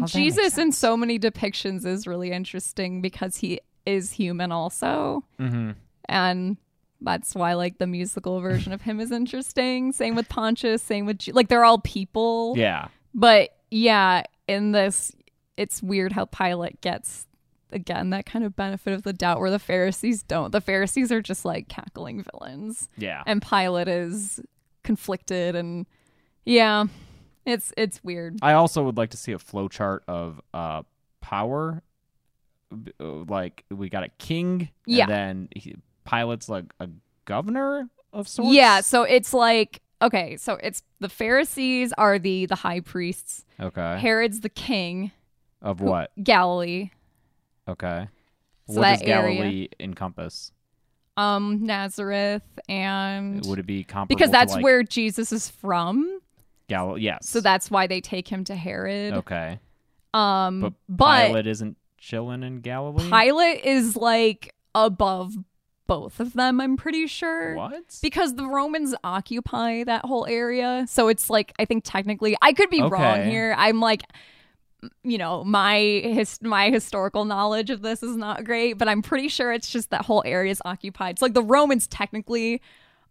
D: that makes
E: Jesus in so many depictions is really interesting because he is human also. Mm-hmm. And that's why, like, the musical version of him is interesting. Same with Pontius, same with, Je- like, they're all people.
D: yeah
E: But yeah, in this, it's weird how Pilate gets, again, that kind of benefit of the doubt where the Pharisees don't. The Pharisees are just, like, cackling villains.
D: yeah
E: And Pilate is conflicted and, yeah. It's it's weird.
D: i also would like to see a flowchart of uh power B- uh, like we got a king
E: Yeah.
D: and then he, pilate's like a governor of sorts
E: Yeah, so it's like okay, so it's the Pharisees are the the high priests.
D: okay
E: Herod's the king,
D: of what
E: Galilee,
D: Okay.
E: So
D: what does
E: that area-
D: Galilee encompass?
E: um Nazareth and
D: Would it be comparable
E: because
D: to,
E: that's
D: like,
E: where Jesus is from.
D: Gal- yes.
E: So that's why they take him to Herod.
D: okay.
E: Um
D: But,
E: but,
D: Pilate isn't chilling in Galilee.
E: Pilate is like above both of them, I'm pretty sure.
D: What?
E: Because the Romans occupy that whole area. So it's like, I think technically, I could be wrong
D: Okay.
E: here. I'm like, you know, my his, my historical knowledge of this is not great, but I'm pretty sure it's just that whole area is occupied. So like the Romans technically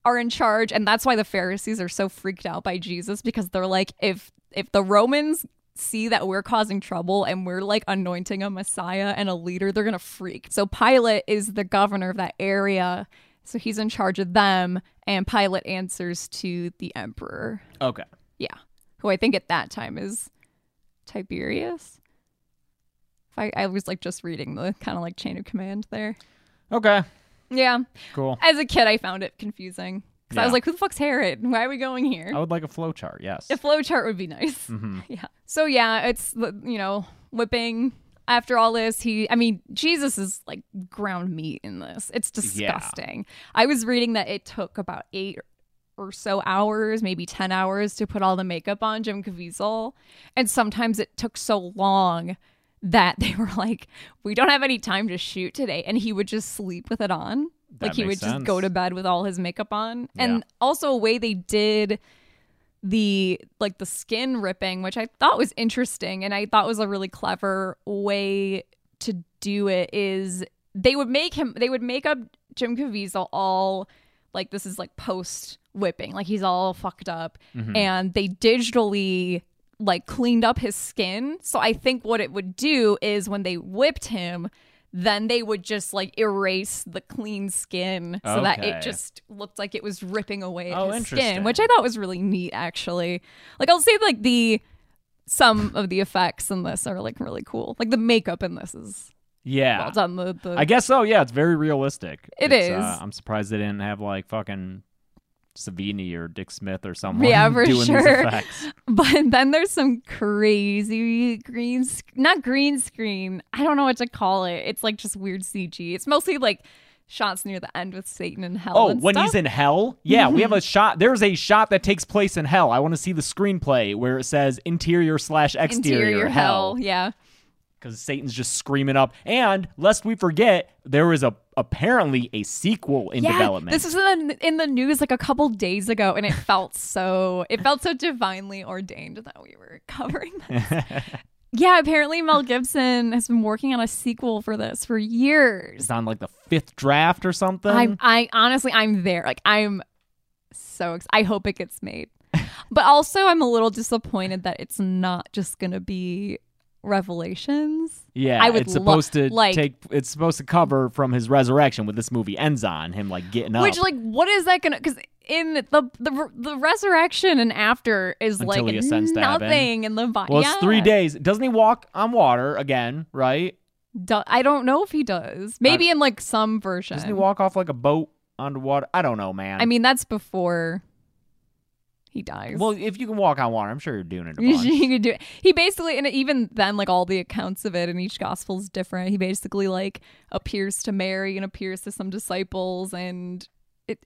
E: are in charge, and that's why the Pharisees are so freaked out by Jesus because they're like, if if the Romans see that we're causing trouble and we're like anointing a messiah and a leader, they're gonna freak. So Pilate is the governor of that area. So he's in charge of them, and Pilate answers to the emperor.
D: okay.
E: Yeah. Who I think at that time is Tiberius. If I, I was like just reading the (laughs) kind of like chain of command there.
D: Okay.
E: Yeah.
D: Cool.
E: As a kid, I found it confusing. Because I
D: Yeah.
E: was like, who the fuck's Herod? Why are we going here?
D: I would like a flowchart. Yes. Mm-hmm.
E: A flow chart would be nice. (laughs) Yeah. So yeah, it's the- you know whipping. After all this, he I mean Jesus is like ground meat in this. It's disgusting. I was reading that it took about eight or so hours, maybe ten hours, to put all the makeup on Jim Caviezel, and sometimes it took so long that (laughs) they were like, "We don't have any time to shoot today," and he would just sleep with it on.
D: That
E: like he would
D: makes
E: just go
D: sense.
E: to bed with all his makeup on,
D: Yeah.
E: and also a way they did the like the skin ripping, which I thought was interesting and I thought was a really clever way to do it is they would make him they would make up Jim Caviezel all like this is like post whipping, like he's all fucked up,
D: Mm-hmm.
E: and they digitally like cleaned up his skin. So I think what it would do is when they whipped him, then they would just like erase the clean skin so that
D: Okay.
E: it just looked like it was ripping away at
D: Oh,
E: his
D: interesting.
E: skin, which I thought was really neat actually. Like I'll say like the some of the effects in this are like really cool. Like the makeup in this is
D: Yeah.
E: well done. The, the
D: I guess so. Yeah, it's very realistic.
E: It
D: It's,
E: is.
D: Uh, I'm surprised they didn't have like fucking Savini or Dick Smith or someone. (laughs)
E: Yeah, for
D: doing These
E: sure. (laughs)
D: effects.
E: but then there's some crazy green, sc- not green screen. I don't know what to call it. It's like just weird CG. It's mostly like shots near the end with Satan and hell.
D: Oh,
E: and
D: when
E: stuff.
D: he's in hell? Yeah, we have
E: (laughs)
D: a shot. There's a shot that takes place in hell. I want to see the screenplay where it says interior slash exterior, hell.
E: yeah.
D: Because Satan's just screaming up. And lest we forget, there is a apparently a sequel in
E: yeah,
D: development.
E: This was in the, in the news like a couple days ago, and it felt (laughs) so it felt so divinely ordained that we were (laughs) covering this.
D: (laughs)
E: yeah, apparently Mel Gibson has been working on a sequel for this for years.
D: it's on like the fifth draft or something.
E: I'm I honestly I'm there. Like I'm so ex- I hope it gets made. (laughs) But also I'm a little disappointed that it's not just gonna be revelations.
D: Yeah,
E: I would
D: it's
E: lo-
D: supposed to
E: like-
D: take. It's supposed to cover from his resurrection with this movie ends on him like getting up
E: Which like what is that gonna? Because in the, the the the resurrection and after is
D: Until
E: like
D: he ascends to heaven.
E: nothing in the body.
D: Well, it's three days. Doesn't he walk on water again? Right?
E: I don't know if he does.
D: Uh,
E: Maybe in like some version.
D: Doesn't he walk off like a boat underwater? I don't know, man.
E: I mean, that's before he dies.
D: well, if you can walk on water, I'm sure you're doing
E: (laughs)
D: it. A bunch.
E: he could do it. He basically, and even then, like all the accounts of it, and each gospel is different. He basically like appears to Mary and appears to some disciples, and it,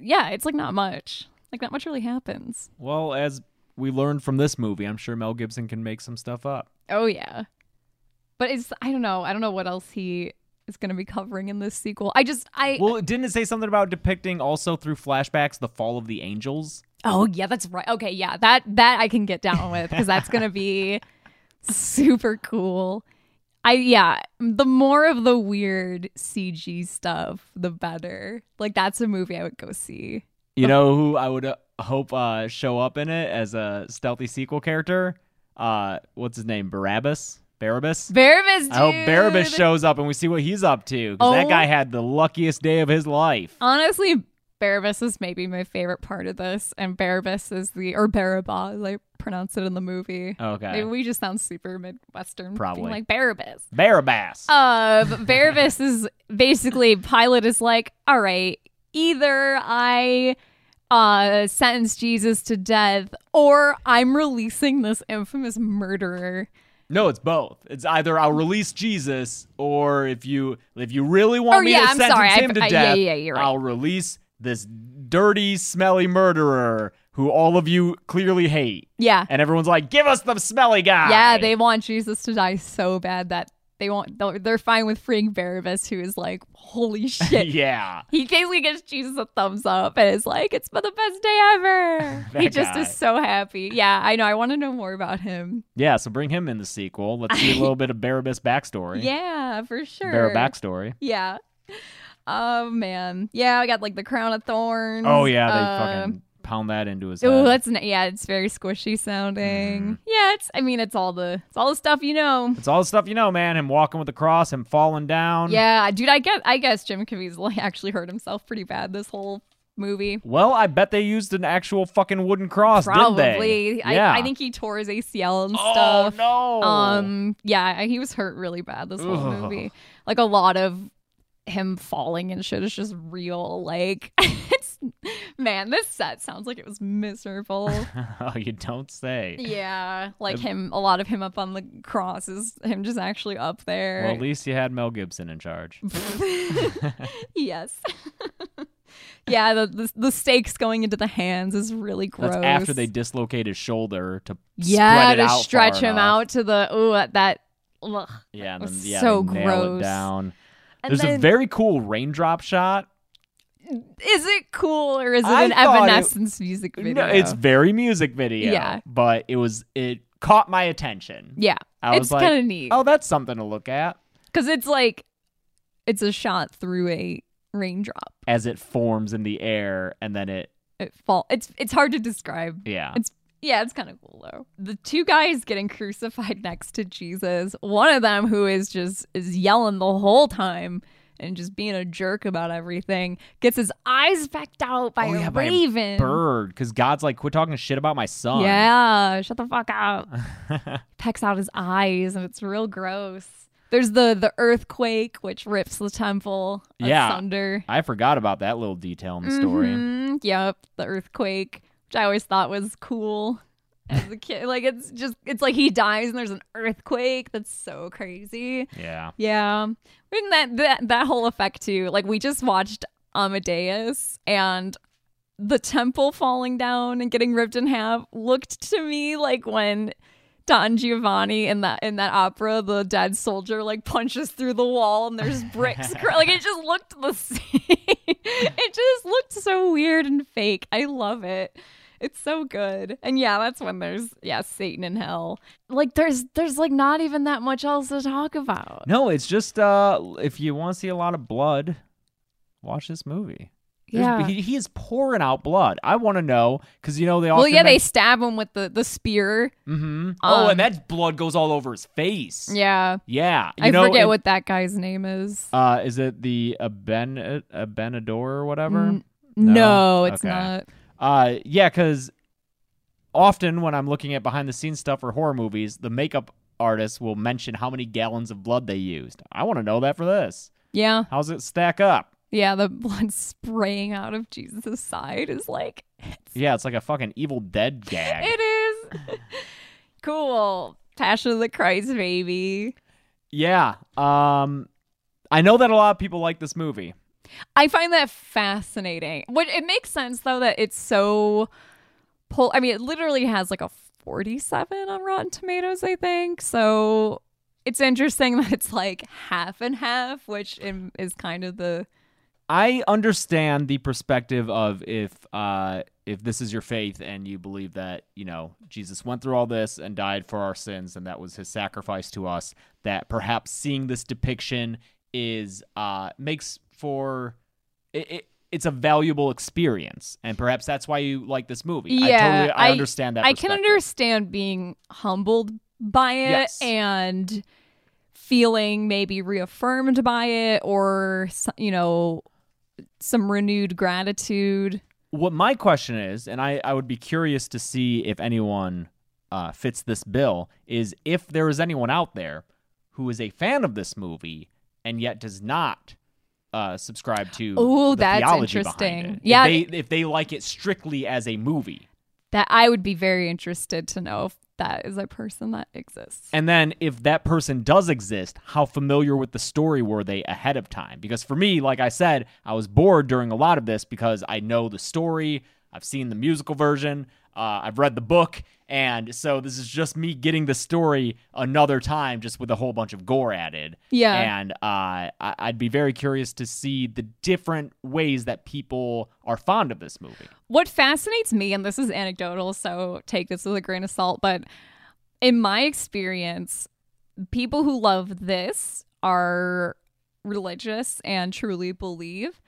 E: yeah, it's like not much. Like not much really happens.
D: well, as we learned from this movie, I'm sure Mel Gibson can make some stuff up.
E: Oh yeah. But it's I don't know. I don't know what else he is going to be covering in this sequel. I just I
D: Well, didn't it say something about depicting also through flashbacks the fall of the angels?
E: Oh yeah, that's right. Okay, yeah. That that I can get down with cuz that's going to be super cool. I yeah, the more of the weird CG stuff, the better. Like that's a movie I would go see.
D: You know who I would uh, hope uh, show up in it as a stealthy sequel character? Uh, what's his name? Barabbas? Barabbas?
E: Barabbas dude.
D: I hope Barabbas shows up and we see what he's up to because that
E: Oh.
D: guy had the luckiest day of his life.
E: Honestly, Barabbas is maybe my favorite part of this and Barabbas is the or Barabbas, as I pronounce it in the movie.
D: Okay,
E: Maybe we just sound super Midwestern. being
D: Probably.
E: like Barabbas.
D: Barabbas.
E: Uh,
D: (laughs)
E: but Barabbas is basically, Pilate is like, all right, either I uh, sentence Jesus to death or I'm releasing this infamous murderer.
D: no, it's both. It's either I'll release Jesus or if you if you really want
E: Or,
D: me
E: Oh, yeah,
D: to
E: I'm
D: sentence
E: sorry, I-
D: him to
E: I- yeah,
D: death,
E: yeah, you're right.
D: I'll release this dirty, smelly murderer who all of you clearly hate.
E: Yeah.
D: And everyone's like, "Give us the smelly guy."
E: Yeah, they want Jesus to die so bad that they want, they'll- they're fine with freeing Barabbas, who is like,
D: (laughs)
E: holy shit.
D: yeah.
E: He basically gives Jesus a thumbs up and is like, it's been the best day ever.
D: (laughs) That
E: he just
D: guy.
E: is so happy. Yeah, I know. I want to know more about him.
D: Yeah, so bring him in the sequel. Let's see a
E: (laughs)
D: little bit of Barabbas backstory.
E: Yeah, for sure.
D: Barabbas backstory.
E: Yeah. Oh man. Yeah, I got like the crown of thorns.
D: Oh yeah, they
E: Mm, Uh,
D: fucking pound that into his
E: Ooh,
D: head.
E: that's n- yeah. It's very squishy
D: Mm-hmm.
E: sounding. Yeah, it's. I mean, it's all the it's all the stuff you know.
D: It's all the stuff you know, man. Him walking with the cross, him falling down.
E: Yeah, dude. I guess I guess Jim Caviezel (laughs) actually hurt himself pretty bad this whole movie.
D: Well, I bet they used an actual fucking wooden cross,
E: Probably.
D: didn't they?
E: I,
D: yeah.
E: I think he tore his ACL and
D: Oh
E: stuff.
D: no.
E: Um. Yeah, he was hurt really bad this whole
D: Ugh.
E: movie. Like a lot of him falling and shit is just real. Like, (laughs) it's man, this set sounds like it was miserable.
D: (laughs) oh, you don't say.
E: yeah, like him. A lot of him up on the cross is him just actually up there.
D: Well, at least you had Mel Gibson in charge.
E: (laughs) yes. (laughs) yeah, the, the the stakes going into the hands is really gross.
D: That's after they dislocate his shoulder to
E: yeah
D: spread it
E: to
D: out
E: stretch
D: far
E: him
D: enough.
E: out to the ooh that. Ugh.
D: Yeah, and then,
E: That's
D: yeah,
E: so
D: they nail it
E: gross.
D: down.
E: And
D: There's a
E: then-
D: very cool raindrop shot.
E: Is it cool or is it
D: I
E: an
D: thought it-
E: Evanescence music video?
D: No, it's very music video.
E: Yeah.
D: but it was it caught my attention.
E: Yeah.
D: I was
E: it's
D: like,
E: kind of neat.
D: Oh, that's something to look at.
E: Because it's like, it's a shot through a raindrop.
D: as it forms in the air and then it
E: It fall. It's it's hard to describe.
D: yeah
E: It's yeah, it's kind of cool though. The two guys getting crucified (laughs) next to Jesus. One of them who is just is yelling the whole time and just being a jerk about everything gets his eyes pecked out by
D: Oh,
E: a
D: yeah, by a
E: raven.
D: bird because God's like quit talking shit about my son.
E: Yeah, shut the fuck
D: (laughs)
E: up. Pecks out his eyes and it's real gross. There's the the earthquake which rips the temple
D: Yeah.
E: asunder.
D: I forgot about that little detail in the story.
E: Mhm, Yep, the earthquake, which I always thought was cool as a kid. like it's just it's like he dies and there's an earthquake. That's so crazy.
D: Yeah.
E: Yeah, and that that that whole effect too. Like we just watched Amadeus and. The temple falling down and getting ripped in half looked to me like when Don Giovanni in that in that opera, the dead soldier like punches through the wall and there's bricks. cr- like it just looked the (laughs) same. it just looked so weird and fake. I love it. It's so good. And yeah, that's when there's yeah Satan in hell. Like there's there's like not even that much else to talk about.
D: No, it's just uh if you want to see a lot of blood, watch this movie. There's-
E: Yeah.
D: He, he is pouring out blood. I want to know because you know they all.
E: Well, yeah, they stab him with the the spear.
D: hmm oh,
E: um,
D: and that blood goes all over his face.
E: Yeah,
D: Yeah. You
E: I
D: know,
E: forget
D: in-
E: what that guy's name is.
D: Uh, is it the Aben Abenador or whatever?
E: N- no, it's
D: Okay.
E: not.
D: Uh, yeah, because often when I'm looking at behind the scenes stuff for horror movies, the makeup artists will mention how many gallons of blood they used. I want to know that for this.
E: Yeah.
D: How's it stack up?
E: Yeah, the blood (laughs) spraying out of Jesus' side is like (laughs)
D: Yeah, it's like a fucking Evil Dead gag.
E: it is (laughs) cool. Passion of the Christ, baby.
D: yeah. Um, I know that a lot of people like this movie.
E: I find that fascinating. What it makes sense though that it's so pol- I mean, it literally has like a 47 on Rotten Tomatoes, I think. So it's interesting (laughs) that it's like half and half, which in- is kind of the
D: I understand the perspective of if uh, if this is your faith and you believe that you know Jesus went through all this and died for our sins and that was his sacrifice to us, that perhaps seeing this depiction is uh, makes for it, it, it's a valuable experience and perhaps that's why you like this movie. I,
E: Yeah,
D: totally, I,
E: I-
D: understand that.
E: I can
D: perspective.
E: understand being humbled by it
D: Yes.
E: and feeling maybe reaffirmed by it or so- you know some renewed gratitude.
D: what my question is, and I, I would be curious to see if anyone uh, fits this bill, is if there is anyone out there who is a fan of this movie and yet does not uh, subscribe to
E: Ooh,
D: the
E: that's
D: theology behind
E: interesting.
D: it. If
E: Yeah.
D: they- if they like it strictly as a movie.
E: That I would be very interested to know if that is a person that exists.
D: And then if that person does exist, how familiar with the story were they ahead of time? Because for me, like I said, I was bored during a lot of this because I know the story, I've seen the musical version, uh, I've read the book, and so this is just me getting the story another time, just with a whole bunch of gore added.
E: Yeah.
D: And uh, I- I'd be very curious to see the different ways that people are fond of this movie.
E: What fascinates me, and this is anecdotal, so take this with a grain of salt, but in my experience, people who love this are religious and truly believe.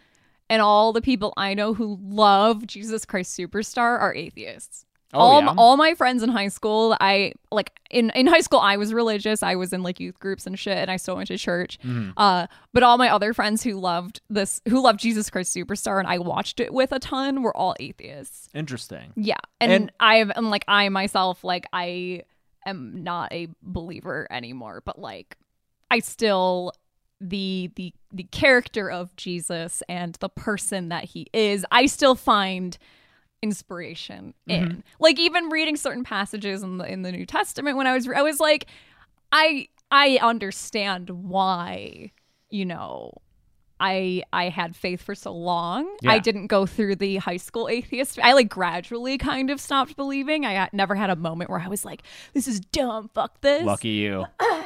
E: And all the people I know who love Jesus Christ Superstar are atheists.
D: Oh,
E: all,
D: yeah?
E: all my friends in high school, I like in, in high school, I was religious. I was in like youth groups and shit, and I still went to church.
D: Mm-hmm. Mm.
E: Uh, but all my other friends who loved this, who loved Jesus Christ Superstar, and I watched it with a ton, were all atheists.
D: Interesting.
E: Yeah. And,
D: And-
E: I've and like I myself, like I am not a believer anymore, but like I still the the the character of Jesus and the person that he is, I still find inspiration
D: Mm-hmm.
E: in. Like even reading certain passages in the in the New Testament when I was I was like I I understand why, you know, I I had faith for so long. I
D: Yeah.
E: didn't go through the high school atheist. I like gradually kind of stopped believing. I had- never had a moment where I was like, "This is dumb. Fuck this."
D: Lucky you.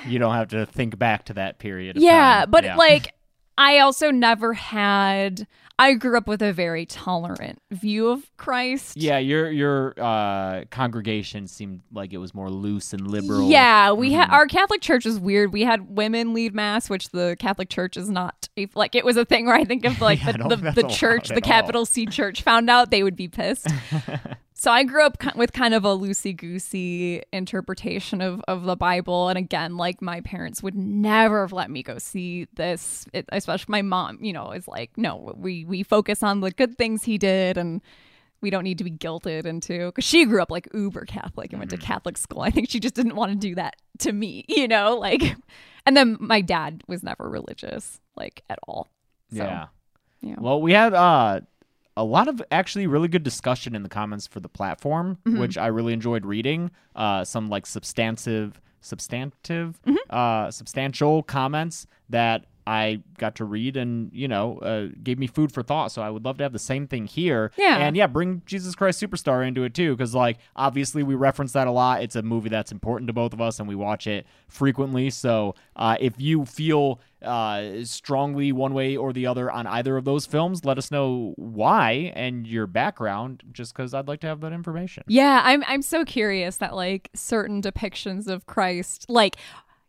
D: You don't have to think back to that period. Of
E: Yeah,
D: time.
E: but
D: Yeah.
E: like I also never had. I grew up with a very tolerant view of Christ.
D: Yeah, your your uh, congregation seemed like it was more loose and liberal. Mm-hmm.
E: Yeah, we had our Catholic Church is weird. We had women lead mass, which the Catholic Church is not a- like. It was a thing where I think if like
D: (laughs) Yeah, I don't
E: the,
D: think
E: the,
D: that's
E: the church,
D: allowed
E: the
D: at all.
E: capital C Church, found out, they would be
D: (laughs)
E: pissed. so I grew up ki- with kind of a loosey goosey interpretation of of the Bible, and again, like my parents would never have let me go see this. It, especially my mom, you know, is like, no, we we focus on the good things he did and we don't need to be guilted into because she grew up like uber catholic and went to catholic school i think she just didn't want to do that to me (laughs) you know like and then my dad was never religious like at all so,
D: yeah.
E: yeah.
D: Well, we had uh, a lot of actually really good discussion in the comments for the platform,
E: Mm-hmm.
D: which I really enjoyed reading. Uh, some like substantive, substantive,
E: Mm-hmm.
D: uh, substantial comments that I got to read and you know uh, gave me food for thought. So I would love to have the same thing here.
E: Yeah.
D: and yeah, bring Jesus Christ Superstar into it too, because like obviously we reference that a lot. It's a movie that's important to both of us, and we watch it frequently. So uh, if you feel uh, strongly one way or the other on either of those films, let us know why and your background, just because I'd like to have that information.
E: Yeah, I'm I'm so curious that like certain depictions of Christ, like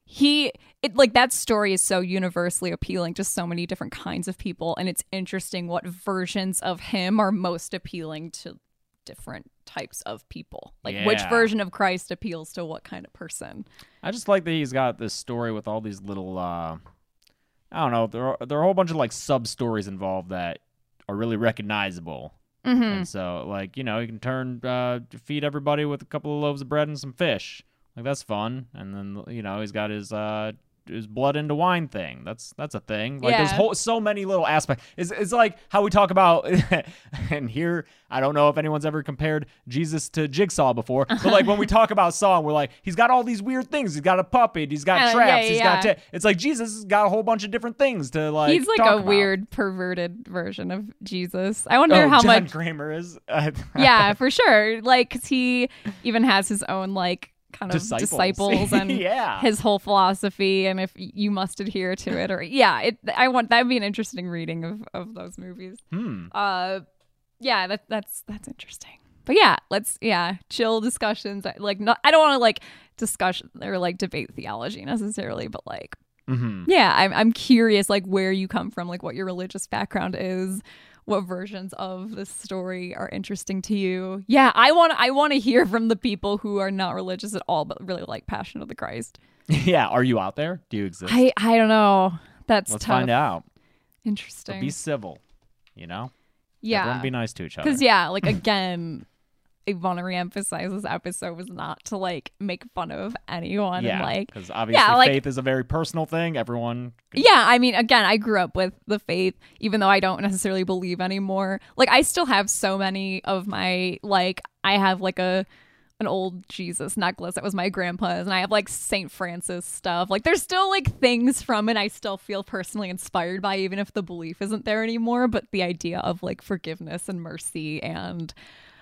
E: he it like that story is so universally appealing to so many different kinds of people and it's interesting what versions of him are most appealing to different types of people. Like which
D: Yeah.
E: version of Christ appeals to what kind of person.
D: I just like that he's got this story with all these little, uh, I don't know, there are, there are a whole bunch of like sub stories involved that are really recognizable.
E: Mm.
D: And so, like, you know, you can turn, uh, feed everybody with a couple of loaves of bread and some fish. Like, that's fun. And then, you know, he's got his, uh, his blood into wine thing. That's that's a thing. Like there's
E: Yeah.
D: whole, so many little aspects. It's, it's like how we talk about (laughs) and here I don't know if anyone's ever compared Jesus to Jigsaw before,
E: (laughs)
D: but like when we talk about Saw, we're like he's got all these weird things. He's got a puppet. He's got
E: Uh, yeah,
D: traps. He's
E: yeah,
D: got
E: yeah.
D: ta- it's like Jesus has got a whole bunch of different things to like.
E: He's like
D: talk
E: a
D: about.
E: weird perverted version of Jesus. I wonder
D: Oh,
E: how
D: John
E: much
D: Kramer is. (laughs)
E: yeah, for sure. Like, 'cause he even has his own like kind of
D: Disciples.
E: disciples, and
D: Yeah.
E: his whole philosophy, and if you must adhere to it, or yeah, it. I want that'd be an interesting reading of of those movies.
D: Hmm.
E: Uh, yeah, that that's that's interesting. But yeah, let's yeah, chill discussions. I- Like, not I don't want to like discuss or like debate theology necessarily, but like
D: Mhm.
E: yeah I'm, I'm curious like where you come from like what your religious background is what versions of this story are interesting to you yeah i want i want to hear from the people who are not religious at all but really like passion of the christ
D: (laughs) yeah. Are you out there? Do you exist?
E: i i don't know that's
D: Let's
E: tough
D: find out.
E: interesting
D: Be civil. You know.
E: yeah
D: Everyone be nice to each other.
E: because yeah like again i want to reemphasize this episode was not to like make fun of anyone and like
D: because obviously
E: like-
D: faith is a very personal thing. Everyone,
E: Yeah, I mean, again, I grew up with the faith, even though I don't necessarily believe anymore. Like, I still have so many of my like, I have like a an old Jesus necklace that was my grandpa's, and I have like Saint Francis stuff. Like, there's still like things from it I still feel personally inspired by, even if the belief isn't there anymore. But the idea of like forgiveness and mercy and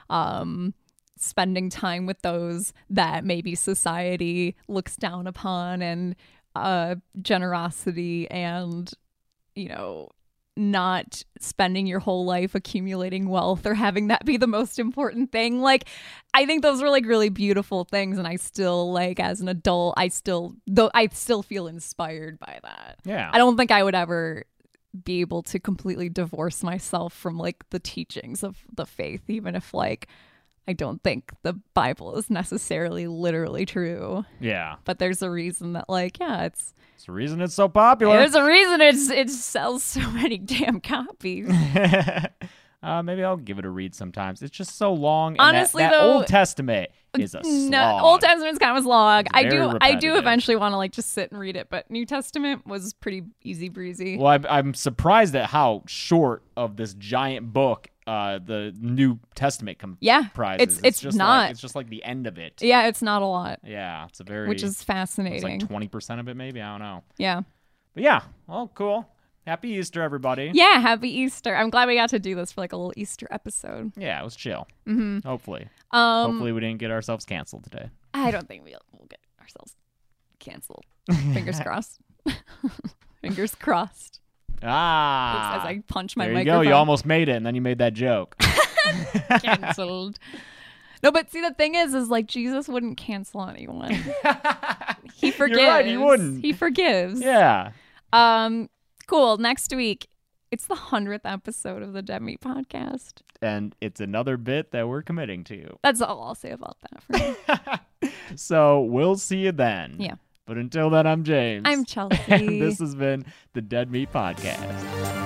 E: um spending time with those that maybe society looks down upon and uh generosity and you know not spending your whole life accumulating wealth or having that be the most important thing like i think those were like really beautiful things and i still like as an adult i still though i still feel inspired by that
D: yeah.
E: I don't think I would ever be able to completely divorce myself from like the teachings of the faith, even if like I don't think the Bible is necessarily literally true.
D: yeah.
E: But there's a reason that like, yeah, it's
D: It's the reason it's so popular.
E: there's a reason it's it sells so (laughs) many damn copies.
D: (laughs) uh, maybe I'll give it a read sometimes. It's just so long. and that-
E: Honestly,
D: that,
E: though- uh,
D: Old Testament is a slog.
E: No, Old Testament's kind of a slog.
D: It's
E: I do,
D: very
E: I do
D: repetitive.
E: eventually want to like just sit and read it, but New Testament was pretty easy breezy.
D: Well, I'm, I'm surprised at how short of this giant book uh, the New Testament com-
E: Yeah,
D: comprises.
E: it's- it's
D: just Like,
E: not.
D: it's just like the end of it. Yeah,
E: Yeah, it's not a lot,
D: it's a very
E: which is
D: it's
E: fascinating.
D: like twenty percent of it, maybe. I don't know.
E: yeah.
D: But yeah, well, cool. Happy Easter, everybody.
E: Yeah, happy Easter. I'm glad we got to do this for like a little Easter episode.
D: Yeah, it was chill. Mm-hmm. Hopefully,
E: Um
D: hopefully we didn't get ourselves canceled today.
E: I don't think we'll, we'll get
D: (laughs)
E: (laughs) ourselves canceled. Fingers crossed. Fingers crossed.
D: Ah.
E: as I punch my
D: there you go.
E: microphone.
D: You almost made it, and then you made that
E: (laughs)
D: joke.
E: canceled. (laughs) No, but see, the thing is, is like Jesus wouldn't cancel
D: (laughs)
E: anyone. he forgives.
D: right, he wouldn't.
E: He forgives.
D: yeah.
E: Um. Cool. Next week, it's the hundredth episode of the Dead Meat Podcast.
D: And it's another bit that we're committing to.
E: That's all I'll say about that. For
D: (laughs)
E: now.
D: So we'll see you then.
E: Yeah.
D: (laughs) But until then, I'm James.
E: I'm Chelsea.
D: And this has been the Dead Meat Podcast.